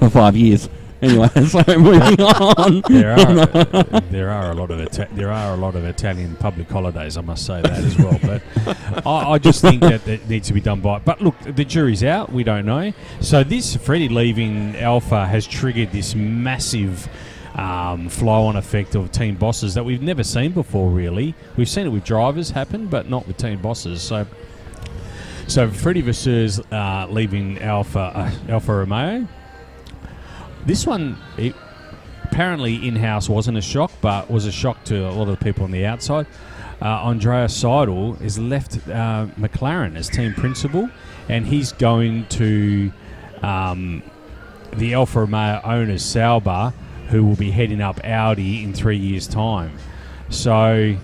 [SPEAKER 4] for five years. Anyway, [LAUGHS] so moving on.
[SPEAKER 3] [LAUGHS]
[SPEAKER 2] there are uh, there are a lot of Ita- there are a lot of Italian public holidays. I must say that as well. But I, I just think that it needs to be done by. But look, the jury's out. We don't know. So this Freddie leaving Alpha has triggered this massive. Um, flow-on effect of team bosses that we've never seen before. Really, we've seen it with drivers happen, but not with team bosses. So, so Freddie Vasseur's uh, leaving Alpha uh, Alfa Romeo. This one, it, apparently in house wasn't a shock, but was a shock to a lot of the people on the outside. Uh, Andrea Seidel has left uh, McLaren as team principal, and he's going to um, the Alfa Romeo owners Sauber, who will be heading up Audi in three years' time. So,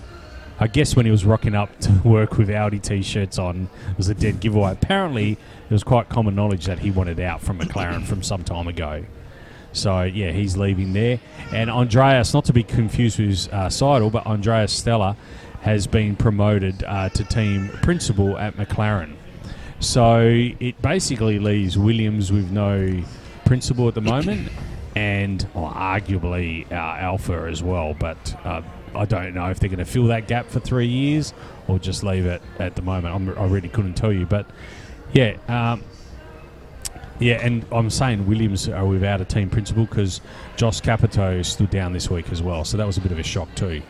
[SPEAKER 2] I guess when he was rocking up to [LAUGHS] work with Audi t-shirts on, it was a dead giveaway. Apparently, it was quite common knowledge that he wanted out from McLaren from some time ago. So yeah, he's leaving there. And Andreas, not to be confused with uh, Seidel, but Andreas Stella has been promoted uh, to team principal at McLaren. So it basically leaves Williams with no principal at the moment, and well, arguably uh, Alpha as well. But uh, I don't know if they're going to fill that gap for three years or just leave it at the moment. I'm, I really couldn't tell you. But yeah, um, yeah, and I'm saying Williams are without a team principal because Josh Capito stood down this week as well, so that was a bit of a shock too.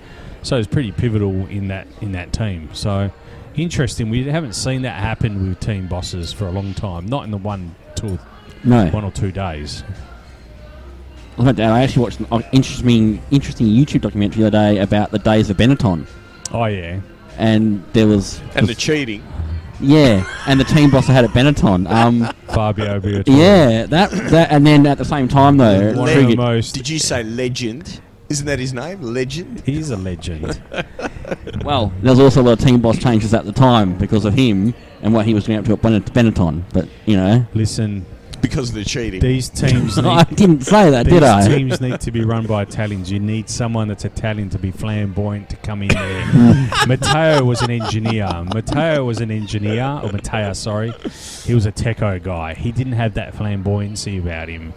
[SPEAKER 2] So it's pretty pivotal in that in that team. So interesting. We haven't seen that happen with team bosses for a long time. Not in the one two
[SPEAKER 4] No,
[SPEAKER 2] one or two days.
[SPEAKER 4] I don't know, I actually watched an uh, interesting interesting YouTube documentary the other day about the days of Benetton,
[SPEAKER 2] Oh yeah,
[SPEAKER 4] and there was
[SPEAKER 3] And the cheating.
[SPEAKER 4] yeah, and the team boss I had at Benetton. Um,
[SPEAKER 2] Fabio Bertone.
[SPEAKER 4] yeah, that that, and then at the same time though, it
[SPEAKER 2] one of the
[SPEAKER 4] triggered-
[SPEAKER 2] most.
[SPEAKER 3] Did you say legend? Isn't that his name? Legend?
[SPEAKER 2] He's a legend.
[SPEAKER 4] Well, there was also a lot of team boss changes at the time because of him and what he was doing up to at Benet- Benetton. But you know, [LAUGHS]
[SPEAKER 2] Listen,
[SPEAKER 3] Because of the cheating.
[SPEAKER 2] these teams
[SPEAKER 4] I
[SPEAKER 2] need,
[SPEAKER 4] didn't say that,
[SPEAKER 2] These
[SPEAKER 4] Uh, did I?
[SPEAKER 2] teams need to be run by Italians. You need someone that's Italian to be flamboyant to come in
[SPEAKER 4] [LAUGHS]
[SPEAKER 2] there. Matteo was an engineer. Matteo was an engineer, or Matteo, sorry. He was a techo guy. He didn't have that flamboyancy about him.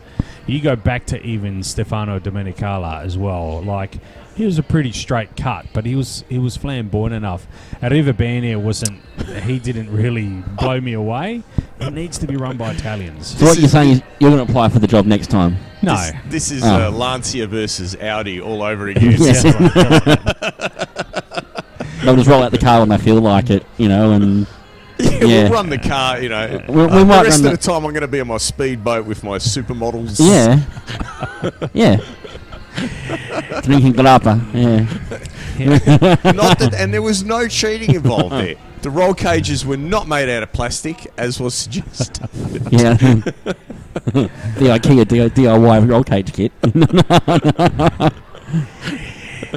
[SPEAKER 2] You go back to even Stefano Domenicala as well. Like he was a pretty straight cut, but he was he was flamboyant enough. Arrivabene wasn't. He didn't really blow me away. It needs to be run by Italians.
[SPEAKER 4] So what you're saying is you're going to apply for the job next time?
[SPEAKER 2] No.
[SPEAKER 3] This, this is
[SPEAKER 4] Oh.
[SPEAKER 3] uh,
[SPEAKER 4] [LAUGHS]
[SPEAKER 3] Lancia versus Audi all over again.
[SPEAKER 4] Yes.
[SPEAKER 2] That's right.
[SPEAKER 4] They'll just roll out the car when they feel like it, you know, and
[SPEAKER 3] Yeah,
[SPEAKER 4] Yeah.
[SPEAKER 3] [LAUGHS] we'll run the car, you know. Uh,
[SPEAKER 4] we, we
[SPEAKER 3] the
[SPEAKER 4] might
[SPEAKER 3] rest
[SPEAKER 4] run
[SPEAKER 3] of the,
[SPEAKER 4] the,
[SPEAKER 3] time, I'm going to be on my speedboat with my supermodels.
[SPEAKER 2] [LAUGHS]
[SPEAKER 4] [LAUGHS] Yeah. yeah. Drinking grappa, yeah. [LAUGHS]
[SPEAKER 3] Not that, and there was no cheating involved
[SPEAKER 4] [LAUGHS]
[SPEAKER 3] there. The roll cages were not made out of plastic, as was suggested.
[SPEAKER 4] Yeah. the IKEA D- DIY roll cage [LAUGHS] kit.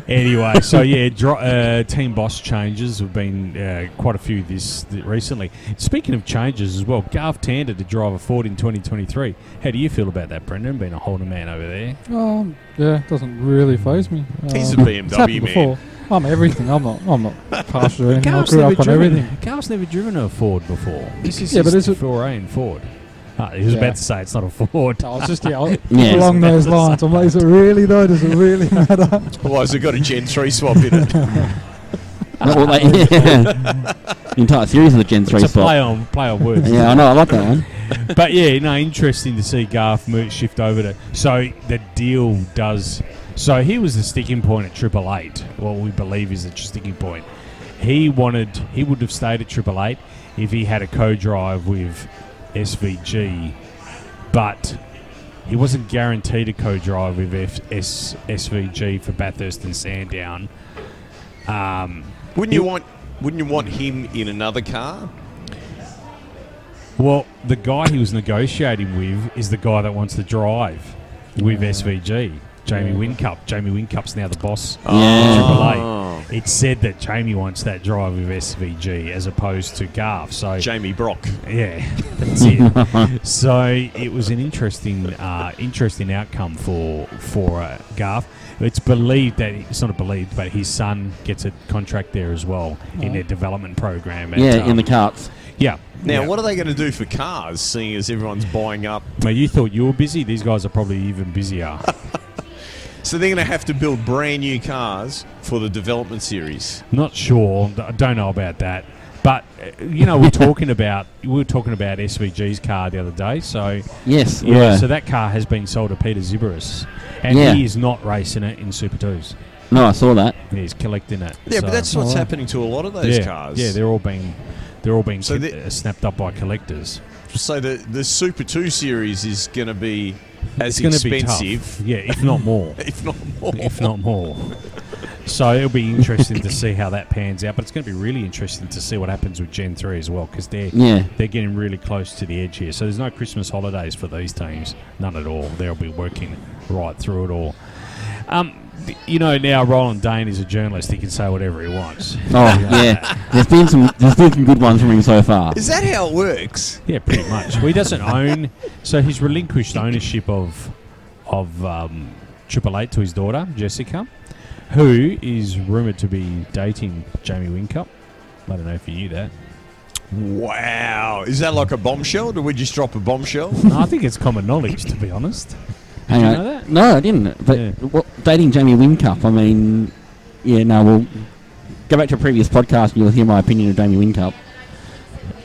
[SPEAKER 2] anyway, so yeah, dro- uh, team boss changes have been uh, quite a few this th- recently. Speaking of changes as well, Garth Tander to drive a Ford in 2023. How do you feel about that, Brendan? Being a Holder man over there.
[SPEAKER 5] Um, yeah, it doesn't really phase me.
[SPEAKER 3] He's a
[SPEAKER 2] Oh.
[SPEAKER 5] Um,
[SPEAKER 3] BMW
[SPEAKER 5] it's happened
[SPEAKER 3] man.
[SPEAKER 5] before. I'm everything. I'm not. I'm not partial or anything. I grew up on everything.
[SPEAKER 2] Garth's never driven a Ford before. This is
[SPEAKER 5] Yeah, but
[SPEAKER 2] his
[SPEAKER 5] is it-
[SPEAKER 2] foray in Ford. Ah, he was
[SPEAKER 5] Yeah.
[SPEAKER 2] about to say it's not a Ford.
[SPEAKER 5] No, I was just yeah, I was
[SPEAKER 4] Yeah.
[SPEAKER 5] along those lines. I'm like, is it really though? Does it really matter?
[SPEAKER 3] Otherwise, I got a Gen 3 swap in it.
[SPEAKER 4] Not all they- the entire series of the Gen 3
[SPEAKER 2] It's a play
[SPEAKER 4] spot.
[SPEAKER 2] on play on words.
[SPEAKER 4] Yeah, I know, I like that one.
[SPEAKER 2] but yeah, no, interesting to see Garth move, shift over to. So the deal does. So he was the sticking point at Triple Eight. What we believe is the sticking point. He wanted. He would have stayed at Triple Eight if he had a co-drive with SVG, but he wasn't guaranteed a co-drive with F- S- SVG for Bathurst and Sandown. Um,
[SPEAKER 3] Wouldn't you want? Wouldn't you want him in another car?
[SPEAKER 2] Well, the guy he was negotiating with is the guy that wants to drive with SVG, Jamie Wincup. Jamie Wincup's now the boss.
[SPEAKER 4] Yeah.
[SPEAKER 3] Oh,
[SPEAKER 2] Triple A. It said that Jamie wants that drive with SVG as opposed to Garth. So
[SPEAKER 3] Jamie Brock.
[SPEAKER 2] yeah, [LAUGHS] that's
[SPEAKER 4] [LAUGHS]
[SPEAKER 2] it. so it was an interesting, uh, interesting outcome for for uh, Garth. It's believed that it's not believed, but his son gets a contract there as well in their development program. at,
[SPEAKER 4] Yeah, in the
[SPEAKER 2] um,
[SPEAKER 4] carts.
[SPEAKER 2] yeah.
[SPEAKER 3] Now,
[SPEAKER 2] yeah.
[SPEAKER 3] what are they going to do for cars? Seeing as everyone's buying up,
[SPEAKER 2] Mate, you thought you were busy. These guys are probably even busier.
[SPEAKER 3] so they're going to have to build brand new cars for the development series.
[SPEAKER 2] Not sure. I don't know about that. But uh, you know, we're talking about we were talking about SVG's car the other day. So
[SPEAKER 4] Yes,
[SPEAKER 2] yeah,
[SPEAKER 4] yeah.
[SPEAKER 2] so that car has been sold to Peter Zibaris, and
[SPEAKER 4] Yeah.
[SPEAKER 2] he is not racing it in Super Twos.
[SPEAKER 4] no, I saw that.
[SPEAKER 2] He's collecting it.
[SPEAKER 3] Yeah,
[SPEAKER 2] So-
[SPEAKER 3] but that's what's
[SPEAKER 5] Oh, wow.
[SPEAKER 3] happening to a lot of those
[SPEAKER 2] yeah,
[SPEAKER 3] cars.
[SPEAKER 2] Yeah, they're all being they're all being
[SPEAKER 3] So
[SPEAKER 2] ki-
[SPEAKER 3] the-
[SPEAKER 2] uh, snapped up by collectors.
[SPEAKER 3] so the the Super Two series is going to be as
[SPEAKER 2] gonna
[SPEAKER 3] expensive,
[SPEAKER 2] Be tough. Yeah, if not more.
[SPEAKER 3] [LAUGHS] if not more.
[SPEAKER 2] [LAUGHS] if not more. So it'll be interesting to see how that pans out, but it's going to be really interesting to see what happens with Gen Three as well because they're
[SPEAKER 4] Yeah.
[SPEAKER 2] they're getting really close to the edge here. So there's no Christmas holidays for these teams, none at all. They'll be working right through it all. Um, th- you know, now Roland Dane is a journalist; he can say whatever he wants.
[SPEAKER 4] Oh,
[SPEAKER 2] [LAUGHS]
[SPEAKER 4] yeah. There's been some there's been some good ones from him so far.
[SPEAKER 3] Is that how it works?
[SPEAKER 2] Yeah, pretty much. well, he doesn't own, so he's relinquished ownership of of um, Triple Eight to his daughter Jessica, who is rumored to be dating Jamie Wincup. I don't know if you knew that.
[SPEAKER 3] Wow, is that like a bombshell? Did we just drop a bombshell?
[SPEAKER 2] No, I think it's common knowledge, to be honest.
[SPEAKER 4] Hang
[SPEAKER 2] you
[SPEAKER 4] on.
[SPEAKER 2] know that?
[SPEAKER 4] No, I didn't. But
[SPEAKER 2] Yeah.
[SPEAKER 4] what, dating Jamie Wincup, I mean, yeah, no, well, go back to a previous podcast and you'll hear my opinion of Jamie Wincup.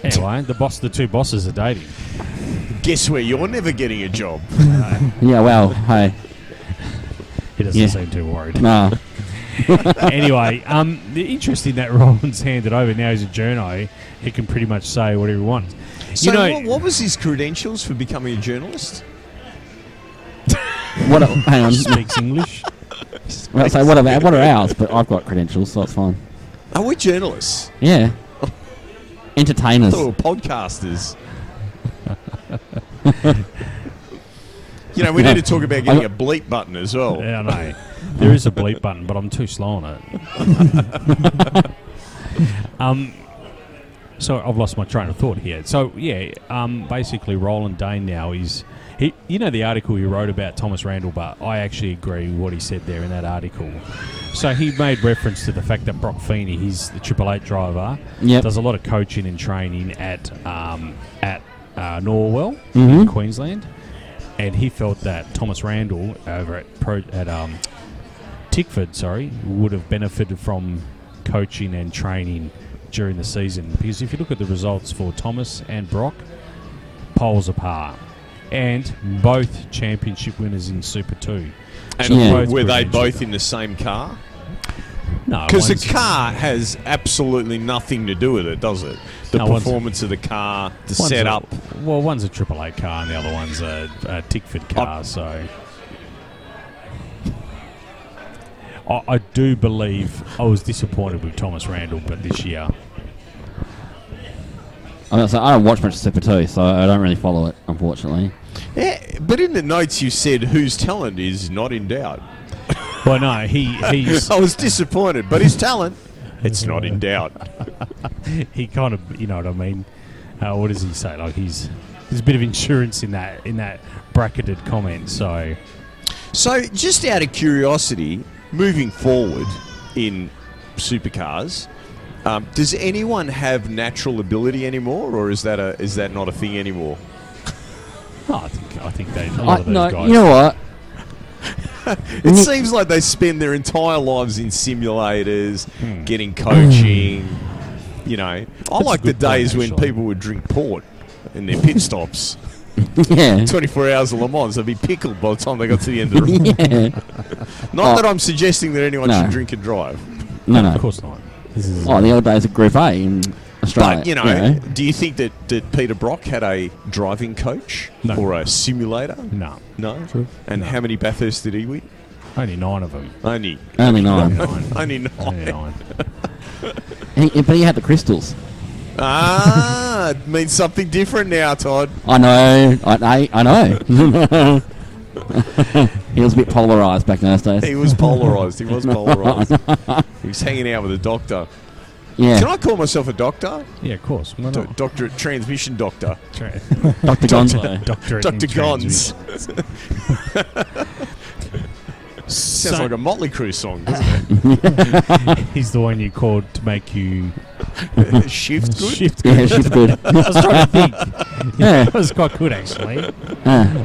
[SPEAKER 2] Anyway, the boss, the two bosses are dating.
[SPEAKER 3] Guess where you're never getting a job.
[SPEAKER 4] Yeah, well, hey,
[SPEAKER 2] He doesn't
[SPEAKER 4] Yeah.
[SPEAKER 2] seem too worried.
[SPEAKER 4] no.
[SPEAKER 2] anyway, um, the interesting that [LAUGHS] Roland's handed over now is a journo. He can pretty much say whatever he wants.
[SPEAKER 3] So
[SPEAKER 2] you know,
[SPEAKER 3] what, what was his credentials for becoming a journalist?
[SPEAKER 4] What? a-
[SPEAKER 2] [LAUGHS]
[SPEAKER 4] Hang on.
[SPEAKER 2] speaks
[SPEAKER 3] [LAUGHS]
[SPEAKER 2] English.
[SPEAKER 4] Well, so what about what are ours? But I've got credentials, so it's fine.
[SPEAKER 3] Are we journalists?
[SPEAKER 4] Yeah. Entertainers.
[SPEAKER 2] Oh.
[SPEAKER 3] Little podcasters. [LAUGHS] you know, we need to talk about getting a bleep button as well.
[SPEAKER 2] Yeah, I know. There is a bleep button, but I'm too slow on it. um, so I've lost my train of thought here. So yeah, um, basically Roland Dane now is he. You know the article he wrote about Thomas Randall, but I actually agree with what he said there in that article. So he made reference to the fact that Brock Feeney, he's the Triple Eight driver,
[SPEAKER 4] Yep.
[SPEAKER 2] does a lot of coaching and training at um, at uh, Norwell in
[SPEAKER 4] Mhm.
[SPEAKER 2] Queensland, and he felt that Thomas Randall over at Pro, at um, Tickford, sorry, would have benefited from coaching and training during the season because if you look at the results for Thomas and Brock, poles apart, and both championship winners in Super Two.
[SPEAKER 3] And
[SPEAKER 4] Yeah.
[SPEAKER 3] were, were they
[SPEAKER 2] credentialed.
[SPEAKER 3] both in the same car?
[SPEAKER 2] No,
[SPEAKER 3] Because the
[SPEAKER 2] one's-
[SPEAKER 3] car has absolutely nothing to do with it, does it? The
[SPEAKER 2] No, one's-
[SPEAKER 3] performance of the car, the
[SPEAKER 2] one's a-
[SPEAKER 3] setup.
[SPEAKER 2] well, one's a AAA car and the other one's a, a Tickford car, so. I, I do believe I was disappointed with Thomas Randall, but this year.
[SPEAKER 4] I, mean, so I don't watch much Super 2, so I don't really follow it, unfortunately.
[SPEAKER 3] Yeah, but in the notes you said whose talent is not in doubt.
[SPEAKER 2] Well, no, he he's
[SPEAKER 3] I was disappointed, but his talent, it's not in doubt.
[SPEAKER 2] he kind of you know what I mean. Uh, what does he say? Like he's there's a bit of insurance in that in that bracketed comment. So
[SPEAKER 3] So, just out of curiosity, moving forward in supercars, um, does anyone have natural ability anymore, or is that a is that not a thing anymore?
[SPEAKER 2] oh, I think I think they a lot
[SPEAKER 4] I,
[SPEAKER 2] of those
[SPEAKER 4] no,
[SPEAKER 2] guys.
[SPEAKER 4] you know what?
[SPEAKER 3] It
[SPEAKER 2] Mm.
[SPEAKER 3] seems like they spend their entire lives in simulators, getting coaching. You know, I
[SPEAKER 2] Hmm. Mm. a
[SPEAKER 3] like the
[SPEAKER 2] good point,
[SPEAKER 3] days when
[SPEAKER 2] actually.
[SPEAKER 3] people would drink port in their
[SPEAKER 2] [LAUGHS]
[SPEAKER 3] pit stops.
[SPEAKER 4] [LAUGHS] yeah.
[SPEAKER 3] 24 hours of Le Mans, they'd be pickled by the time they got to the
[SPEAKER 2] [LAUGHS]
[SPEAKER 3] end of the road.
[SPEAKER 4] yeah.
[SPEAKER 3] Not
[SPEAKER 4] Oh.
[SPEAKER 3] that I'm suggesting that anyone
[SPEAKER 4] No.
[SPEAKER 3] should drink and drive.
[SPEAKER 4] No,
[SPEAKER 2] of
[SPEAKER 4] no.
[SPEAKER 2] course not. This is
[SPEAKER 4] Oh, the old days of Group A in Australia.
[SPEAKER 3] But, you know, do you think that, that Peter Brock had a driving coach
[SPEAKER 2] No.
[SPEAKER 3] or a simulator?
[SPEAKER 2] no,
[SPEAKER 3] No.
[SPEAKER 5] True.
[SPEAKER 3] And how many Bathurst did he win?
[SPEAKER 2] only nine of them.
[SPEAKER 3] Only.
[SPEAKER 2] [LAUGHS]
[SPEAKER 4] Only nine.
[SPEAKER 2] Nine.
[SPEAKER 3] Only
[SPEAKER 2] Only
[SPEAKER 3] nine.
[SPEAKER 2] nine.
[SPEAKER 4] he, but he had the crystals.
[SPEAKER 3] ah, it means something different now, Todd.
[SPEAKER 4] I know. I, I, I know. [LAUGHS] he was a bit polarised back in those
[SPEAKER 3] He
[SPEAKER 4] days.
[SPEAKER 3] was polarised. He [LAUGHS] was polarised. he was hanging out with a doctor. Can
[SPEAKER 4] Yeah.
[SPEAKER 3] I call myself a doctor?
[SPEAKER 2] Yeah, of course. Why
[SPEAKER 3] Do-
[SPEAKER 2] not?
[SPEAKER 3] doctor, transmission doctor.
[SPEAKER 2] Tra-
[SPEAKER 4] Dr. Gonzo.
[SPEAKER 2] Doctor
[SPEAKER 3] Dr. Gons. Sounds like a Motley Crue song, doesn't
[SPEAKER 2] He's the one you called to make you
[SPEAKER 3] it? Shift good?
[SPEAKER 2] shift.
[SPEAKER 4] Yeah, she's good.
[SPEAKER 2] [LAUGHS] I was trying to think.
[SPEAKER 4] [LAUGHS] Yeah.
[SPEAKER 2] That was quite good actually.
[SPEAKER 4] Uh,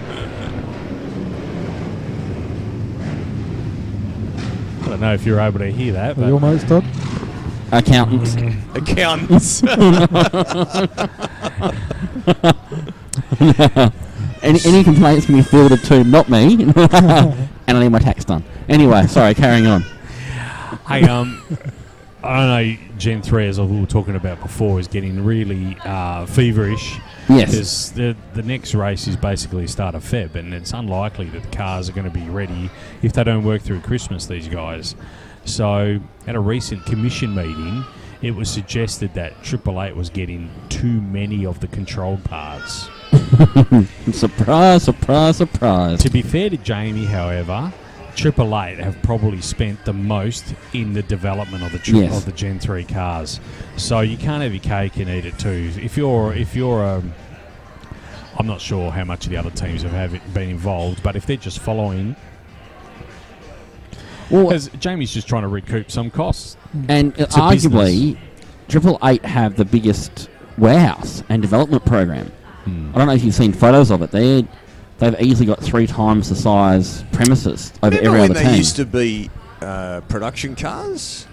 [SPEAKER 2] I don't know if you're able to hear that,
[SPEAKER 5] Are your
[SPEAKER 2] but
[SPEAKER 5] mates, Todd?
[SPEAKER 4] accountants.
[SPEAKER 3] Accountants.
[SPEAKER 4] Any, any complaints can be fielded to not me, [LAUGHS] and I need my tax done. Anyway, sorry, carrying on.
[SPEAKER 2] hey, um, I don't know. Gen three, as we were talking about before, is getting really uh, feverish.
[SPEAKER 4] Yes.
[SPEAKER 2] There's- the the next race is basically start of Feb, and it's unlikely that the cars are going to be ready if they don't work through Christmas. These guys. So, at a recent commission meeting, it was suggested that Triple Eight was getting too many of the controlled parts.
[SPEAKER 4] Surprise, surprise, surprise.
[SPEAKER 2] To be fair to Jamie, however, Triple Eight have probably spent the most in the development of the tri-
[SPEAKER 4] Yes.
[SPEAKER 2] of the Gen Three cars. So you can't have your cake and eat it too. If you're if you're um, I'm not sure how much of the other teams have, have been involved, but if they're just following,
[SPEAKER 4] Well,
[SPEAKER 2] because Jamie's just trying to recoup some costs.
[SPEAKER 4] and
[SPEAKER 2] a
[SPEAKER 4] arguably, Triple Eight have the biggest warehouse and development program. I don't know if you've seen photos of it. They they've easily got three times the size premises over
[SPEAKER 3] Remember
[SPEAKER 4] every
[SPEAKER 3] when
[SPEAKER 4] other
[SPEAKER 3] they
[SPEAKER 4] team. [LAUGHS]
[SPEAKER 3] used to be uh, production cars?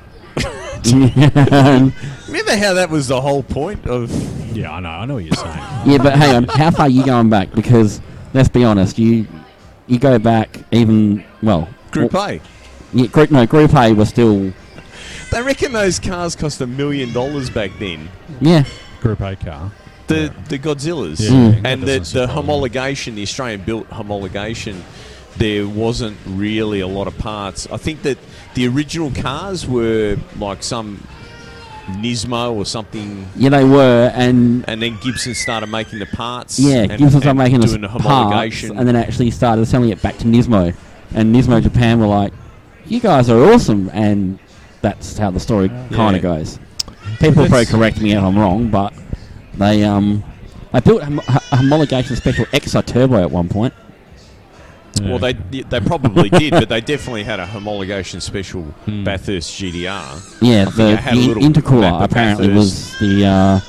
[SPEAKER 3] Remember how that was the whole point of
[SPEAKER 2] Yeah, I know, I know what you're
[SPEAKER 4] [LAUGHS]
[SPEAKER 2] saying.
[SPEAKER 4] yeah, but hang on, how far are you going back? Because let's be honest, you you go back even well.
[SPEAKER 3] Group
[SPEAKER 4] well,
[SPEAKER 3] A?
[SPEAKER 4] Yeah, group no, Group A was still
[SPEAKER 3] They reckon those cars cost a million dollars back then.
[SPEAKER 4] yeah.
[SPEAKER 2] Group A car.
[SPEAKER 3] The the Godzillas
[SPEAKER 2] Yeah, Mm. that
[SPEAKER 3] and the,
[SPEAKER 2] doesn't
[SPEAKER 3] the
[SPEAKER 2] surprise
[SPEAKER 3] homologation, the Australian built homologation. There wasn't really a lot of parts. I think that the original cars were like some Nismo or something,
[SPEAKER 4] Yeah, they were, and
[SPEAKER 3] and then Gibson started making the parts.
[SPEAKER 4] yeah,
[SPEAKER 3] and,
[SPEAKER 4] Gibson started
[SPEAKER 3] and
[SPEAKER 4] making
[SPEAKER 3] doing
[SPEAKER 4] the
[SPEAKER 3] the
[SPEAKER 4] parts,
[SPEAKER 3] homologation.
[SPEAKER 4] and then actually started selling it back to Nismo, and Nismo Japan were like, "You guys are awesome," and that's how the story kind
[SPEAKER 3] Yeah.
[SPEAKER 4] of goes. People probably correct me if I'm wrong, but they um, I built a, hom- a homologation special XI turbo at one point.
[SPEAKER 3] Well, they they probably did, but they definitely had a homologation special
[SPEAKER 2] Hmm.
[SPEAKER 3] Bathurst GDR.
[SPEAKER 4] Yeah,
[SPEAKER 3] I
[SPEAKER 4] the,
[SPEAKER 3] had a
[SPEAKER 4] the
[SPEAKER 3] little map
[SPEAKER 4] intercooler
[SPEAKER 3] of
[SPEAKER 4] apparently
[SPEAKER 3] Bathurst.
[SPEAKER 4] was the uh,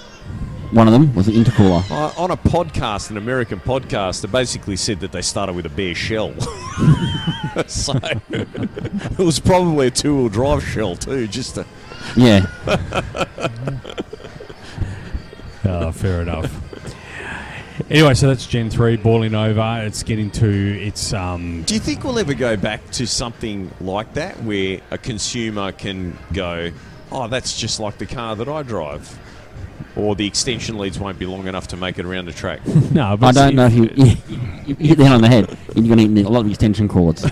[SPEAKER 4] one of them was the intercooler.
[SPEAKER 3] Uh, on a podcast, an American podcast, they basically said that they started with a bare shell. [LAUGHS] so it was probably a two-wheel drive shell too, just to
[SPEAKER 4] Yeah,
[SPEAKER 2] Oh, fair enough. Uh, Anyway, so that's Gen three boiling over. It's getting to its um,
[SPEAKER 3] Do you think we'll ever go back to something like that where a consumer can go, oh, that's just like the car that I drive? Or the extension leads won't be long enough to make it around the track.
[SPEAKER 2] no. But
[SPEAKER 4] I don't
[SPEAKER 2] see-
[SPEAKER 4] know if you, you, [LAUGHS] you hit the head on the head. You're going to need a lot of extension
[SPEAKER 2] [LAUGHS]
[SPEAKER 4] cords.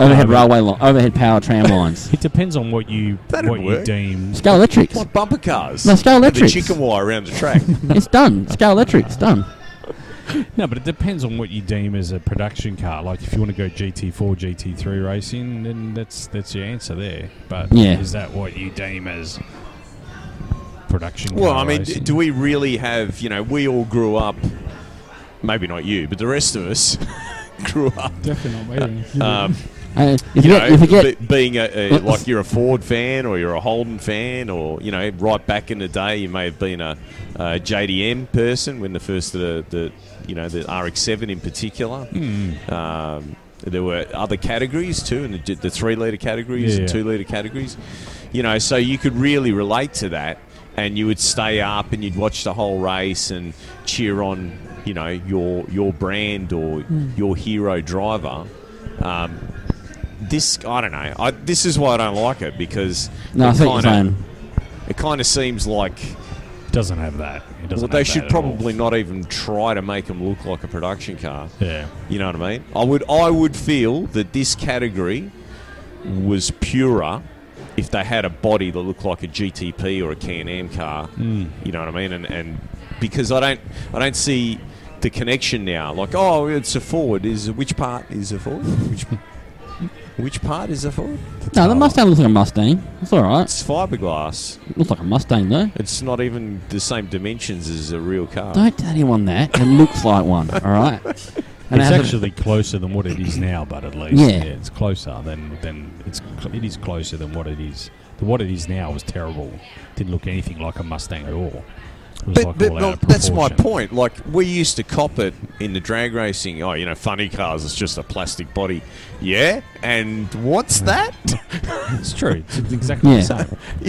[SPEAKER 4] overhead railway line, overhead
[SPEAKER 2] [LAUGHS]
[SPEAKER 4] power tram lines.
[SPEAKER 2] It depends on what you
[SPEAKER 3] That'd
[SPEAKER 2] what you
[SPEAKER 3] work.
[SPEAKER 2] deem.
[SPEAKER 4] Scale Electrics.
[SPEAKER 3] Like bumper cars.
[SPEAKER 4] No, scale
[SPEAKER 3] With The
[SPEAKER 4] electrics.
[SPEAKER 3] chicken wire around the track.
[SPEAKER 4] It's done. Scale Electrics. Done.
[SPEAKER 2] No, but it depends on what you deem as a production car. Like if you want to go GT4, GT3 racing, then that's that's your answer there. But
[SPEAKER 4] Yeah.
[SPEAKER 2] is that what you deem as production?
[SPEAKER 3] well,
[SPEAKER 2] car
[SPEAKER 3] I mean, d-
[SPEAKER 2] racing?
[SPEAKER 3] do we really have, you know, we all grew up, maybe not you, but the rest of us [LAUGHS] grew up.
[SPEAKER 5] Definitely not me. You
[SPEAKER 3] Um,
[SPEAKER 4] Uh, if
[SPEAKER 3] you
[SPEAKER 4] you
[SPEAKER 3] know,
[SPEAKER 4] get, if you get
[SPEAKER 3] be- being a, a
[SPEAKER 4] Uh,
[SPEAKER 3] like you're a Ford fan or you're a Holden fan, or you know, right back in the day, you may have been a, a JDM person when the first of the, the you know the RX-7 in particular.
[SPEAKER 2] Hmm.
[SPEAKER 3] Um, there were other categories too, and the, the three-liter categories
[SPEAKER 2] Yeah, yeah.
[SPEAKER 3] and two-liter categories. You know, so you could really relate to that, and you would stay up and you'd watch the whole race and cheer on, you know, your your brand or
[SPEAKER 2] Hmm.
[SPEAKER 3] your hero driver. Um, this I don't know. I, this is why I don't like it because
[SPEAKER 4] no, I
[SPEAKER 3] it
[SPEAKER 4] see what you're
[SPEAKER 3] kinda-
[SPEAKER 4] saying.
[SPEAKER 3] it kind of seems like
[SPEAKER 2] doesn't have that. It doesn't.
[SPEAKER 3] well, they
[SPEAKER 2] have
[SPEAKER 3] should
[SPEAKER 2] that at all.
[SPEAKER 3] probably not even try to make them look like a production car.
[SPEAKER 2] Yeah.
[SPEAKER 3] You know what I mean? I would I would feel that this category was purer if they had a body that looked like a GTP or a Can-Am car.
[SPEAKER 2] Hmm.
[SPEAKER 3] You know what I mean? And and because I don't I don't see the connection now. Like oh, it's a Ford. Is which part is a Ford? Which which part is a Ford?
[SPEAKER 4] No, the Mustang looks like a Mustang. It's all right.
[SPEAKER 3] It's fiberglass.
[SPEAKER 4] It looks like a Mustang though.
[SPEAKER 3] It's not even the same dimensions as a real car.
[SPEAKER 4] Don't tell anyone that. It looks like one. All
[SPEAKER 2] [LAUGHS]
[SPEAKER 4] right. And it
[SPEAKER 2] it's
[SPEAKER 4] has a-
[SPEAKER 2] actually closer than what it is now, but at least
[SPEAKER 4] Yeah.
[SPEAKER 2] it's closer than than it's cl- it is closer than what it is. The, what it is now was terrible. Didn't look anything like a Mustang at all. It was
[SPEAKER 3] But,
[SPEAKER 2] like
[SPEAKER 3] but
[SPEAKER 2] all
[SPEAKER 3] no,
[SPEAKER 2] out of
[SPEAKER 3] that's my
[SPEAKER 2] proportion.
[SPEAKER 3] point. Like we used to cop it in the drag racing. Oh, you know, funny cars. It's just a plastic body. Yeah, and what's that? [LAUGHS]
[SPEAKER 2] It's true. It's exactly
[SPEAKER 4] Yeah.
[SPEAKER 2] the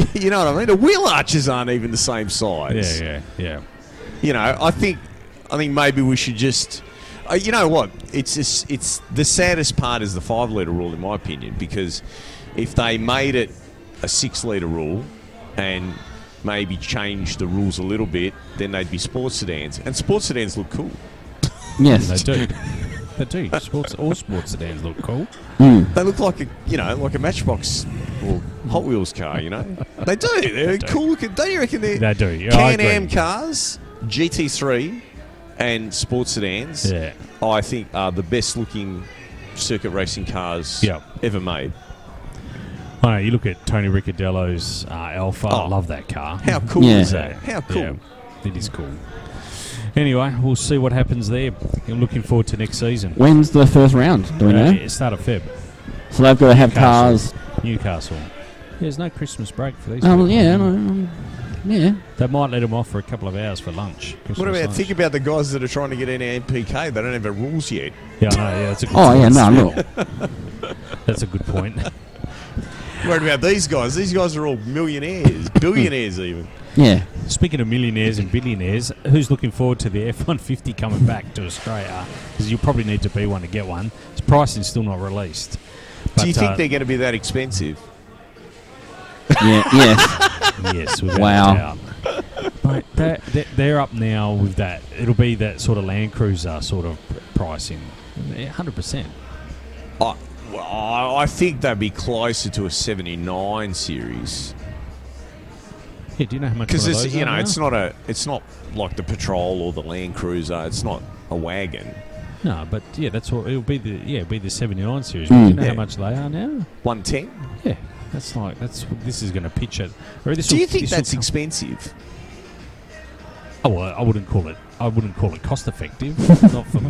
[SPEAKER 2] same.
[SPEAKER 3] you know what I mean? The wheel arches aren't even the same size.
[SPEAKER 2] Yeah, yeah, yeah.
[SPEAKER 3] You know, I think, I think maybe we should just. Uh, you know what? It's just, it's the saddest part is the five liter rule, in my opinion, because if they made it a six liter rule and maybe changed the rules a little bit, then they'd be sports sedans, and sports sedans look cool.
[SPEAKER 2] They
[SPEAKER 4] yes.
[SPEAKER 2] [LAUGHS] do. They do. Sports, all sports sedans look cool.
[SPEAKER 4] Mm.
[SPEAKER 3] They look like a you know like a Matchbox or Hot Wheels
[SPEAKER 2] [LAUGHS]
[SPEAKER 3] car. You know they do. They're
[SPEAKER 2] do.
[SPEAKER 3] cool looking. Don't you reckon they're
[SPEAKER 2] They do. Yeah, I
[SPEAKER 3] Can
[SPEAKER 2] agree.
[SPEAKER 3] Am cars, GT3, and sports sedans.
[SPEAKER 2] Yeah.
[SPEAKER 3] Oh, I think are the best looking circuit racing cars
[SPEAKER 2] Yep.
[SPEAKER 3] ever made.
[SPEAKER 2] I know, you look at Tony Ricciardello's uh, Alpha. I
[SPEAKER 3] Oh.
[SPEAKER 2] love that car.
[SPEAKER 3] How cool
[SPEAKER 4] Yeah.
[SPEAKER 3] is
[SPEAKER 2] Yeah.
[SPEAKER 3] that? How cool.
[SPEAKER 2] Yeah, it is cool. Anyway, we'll see what happens there. I'm looking forward to next season.
[SPEAKER 4] When's the first round? Do we
[SPEAKER 3] eh?
[SPEAKER 2] Uh,
[SPEAKER 4] know?
[SPEAKER 2] yeah, start of Feb.
[SPEAKER 4] So they've got to have
[SPEAKER 2] Castle.
[SPEAKER 4] cars.
[SPEAKER 2] Newcastle. There's no Christmas break for these.
[SPEAKER 4] Um,
[SPEAKER 3] Oh,
[SPEAKER 2] people.
[SPEAKER 4] yeah. No, um, yeah.
[SPEAKER 2] They might let them off for a couple of hours for lunch.
[SPEAKER 3] What
[SPEAKER 2] Christmas
[SPEAKER 3] about
[SPEAKER 2] lunch.
[SPEAKER 3] think about the guys that are trying to get in MPK? They don't have their rules yet.
[SPEAKER 2] Yeah, I know, yeah, that's a good
[SPEAKER 4] Oh yeah.
[SPEAKER 2] point.
[SPEAKER 4] No,
[SPEAKER 2] [LAUGHS]
[SPEAKER 4] I'm not.
[SPEAKER 2] That's a good
[SPEAKER 3] [LAUGHS]
[SPEAKER 2] point.
[SPEAKER 3] Worried about these guys. These guys are all millionaires,
[SPEAKER 2] Hmm.
[SPEAKER 3] billionaires even.
[SPEAKER 4] Yeah.
[SPEAKER 2] Speaking of millionaires and billionaires, who's looking forward to the F-150 coming back to Australia? Because you'll probably need to be one to get one. Its pricing's still not released.
[SPEAKER 3] Do you
[SPEAKER 2] But,
[SPEAKER 3] think
[SPEAKER 2] uh,
[SPEAKER 3] they're going to be that expensive?
[SPEAKER 4] Yeah. Yes.
[SPEAKER 2] uh, [LAUGHS] Yes, without
[SPEAKER 4] Wow.
[SPEAKER 2] a doubt. But they're, they're- they're up now with that. It'll be that sort of Land Cruiser sort of pricing. Yeah, 100%.
[SPEAKER 3] I, well, I I think they'd be closer to a 79 series
[SPEAKER 2] Yeah, do you know how much
[SPEAKER 3] because
[SPEAKER 2] one of
[SPEAKER 3] it's
[SPEAKER 2] those
[SPEAKER 3] you
[SPEAKER 2] are
[SPEAKER 3] know
[SPEAKER 2] now?
[SPEAKER 3] it's not a it's not like the patrol or the Land Cruiser. It's not a wagon.
[SPEAKER 2] No, but yeah, that's what it'll be. The yeah, it'll be the seventy nine series.
[SPEAKER 4] Mm.
[SPEAKER 2] Do you know
[SPEAKER 3] Yeah.
[SPEAKER 2] how much they are now?
[SPEAKER 3] 110.
[SPEAKER 2] Yeah, that's like that's this is going to pitch it. Or this
[SPEAKER 3] Do
[SPEAKER 2] will-
[SPEAKER 3] you think
[SPEAKER 2] this will
[SPEAKER 3] that's
[SPEAKER 2] come-
[SPEAKER 3] expensive?
[SPEAKER 2] oh, well, I wouldn't call it. I wouldn't call it cost effective. [LAUGHS] not for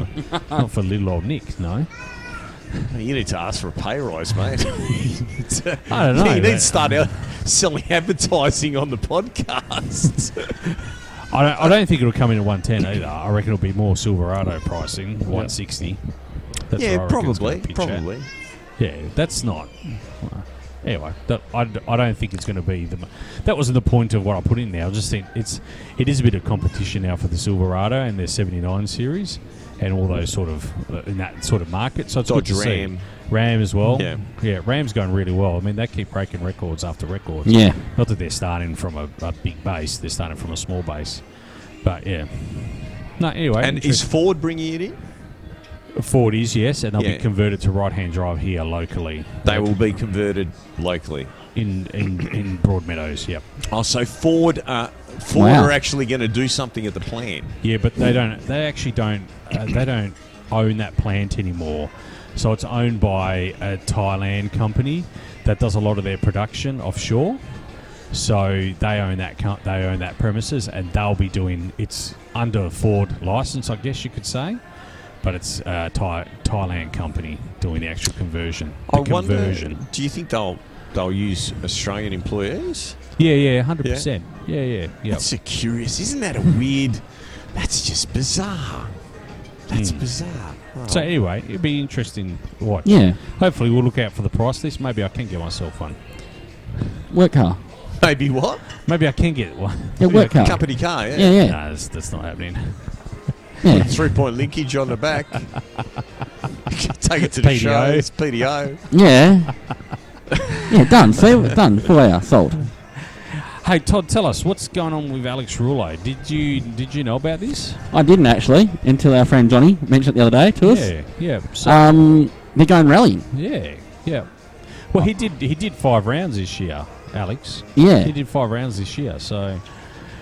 [SPEAKER 2] not for little old Nick. No,
[SPEAKER 3] You need to ask for a pay rise, [LAUGHS] mate.
[SPEAKER 2] I don't know.
[SPEAKER 3] you need
[SPEAKER 2] but-
[SPEAKER 3] to start out selling advertising on the [LAUGHS] podcast.
[SPEAKER 2] I don't, I don't think it'll come in at one ten either. I reckon it'll be more Silverado pricing, one sixty.
[SPEAKER 3] yeah, probably, probably.
[SPEAKER 2] Yeah, that's not. Anyway, that, I, d- I don't think it's going to be the. m- That wasn't the point of what I put in there. I just think it's it is a bit of competition now for the Silverado and their '79 series, and all those sort of uh, in that sort of market. So it's
[SPEAKER 3] Dodge
[SPEAKER 2] good to see.
[SPEAKER 3] Ram.
[SPEAKER 2] Ram as well.
[SPEAKER 3] Yeah.
[SPEAKER 2] yeah. Ram's going really well. I mean, they keep breaking records after records.
[SPEAKER 4] Yeah.
[SPEAKER 2] Not that they're starting from a, a big base, they're starting from a small base. But yeah. No, anyway.
[SPEAKER 3] And is
[SPEAKER 2] interest-
[SPEAKER 3] Ford bringing it in?
[SPEAKER 2] Ford is, yes, and they'll
[SPEAKER 3] Yeah.
[SPEAKER 2] be converted to right hand drive here locally.
[SPEAKER 3] They will be converted locally.
[SPEAKER 2] In, in, in Broadmeadows, yep.
[SPEAKER 3] Oh, so Ford, uh, Ford
[SPEAKER 4] Wow.
[SPEAKER 3] are actually going to do something at the plant.
[SPEAKER 2] Yeah, but they don't. They actually don't. Uh, they don't own that plant anymore. So it's owned by a Thailand company that does a lot of their production offshore. So they own that. co- They own that premises, and they'll be doing. It's under Ford license, I guess you could say, but it's a Thai, Thailand company doing the actual conversion. The
[SPEAKER 3] I
[SPEAKER 2] conversion.
[SPEAKER 3] wonder. Do you think they'll they'll use Australian employees?
[SPEAKER 2] Yeah, yeah, hundred percent. Yeah, yeah, yeah.
[SPEAKER 3] That's a curious. Isn't that a weird? That's just bizarre. That's bizarre. Oh.
[SPEAKER 2] So anyway, it'd be interesting. to watch.
[SPEAKER 4] Yeah.
[SPEAKER 2] Hopefully, we'll look out for the price list. Maybe I can get myself one.
[SPEAKER 4] Work car.
[SPEAKER 3] maybe what
[SPEAKER 2] Maybe I can get one.
[SPEAKER 4] Yeah, work car.
[SPEAKER 3] company car?
[SPEAKER 4] Yeah,
[SPEAKER 3] Yeah,
[SPEAKER 4] yeah,
[SPEAKER 2] Nah, that's, that's not happening.
[SPEAKER 4] yeah.
[SPEAKER 3] three point linkage on the back. Take it to the
[SPEAKER 2] PDO.
[SPEAKER 3] show. It's PDO.
[SPEAKER 4] Yeah. yeah, done. So done. Full hour. Sold.
[SPEAKER 2] Hey Todd, tell us what's going on with Alex Rouleau. Did you did you know about this?
[SPEAKER 4] I didn't actually until our friend Johnny mentioned it the other day to us.
[SPEAKER 2] Yeah, yeah, so,
[SPEAKER 4] Um, they're going rallying.
[SPEAKER 2] yeah, yeah. Well, he did he did five rounds this year, Alex. He
[SPEAKER 4] Yeah,
[SPEAKER 2] did five rounds this year. So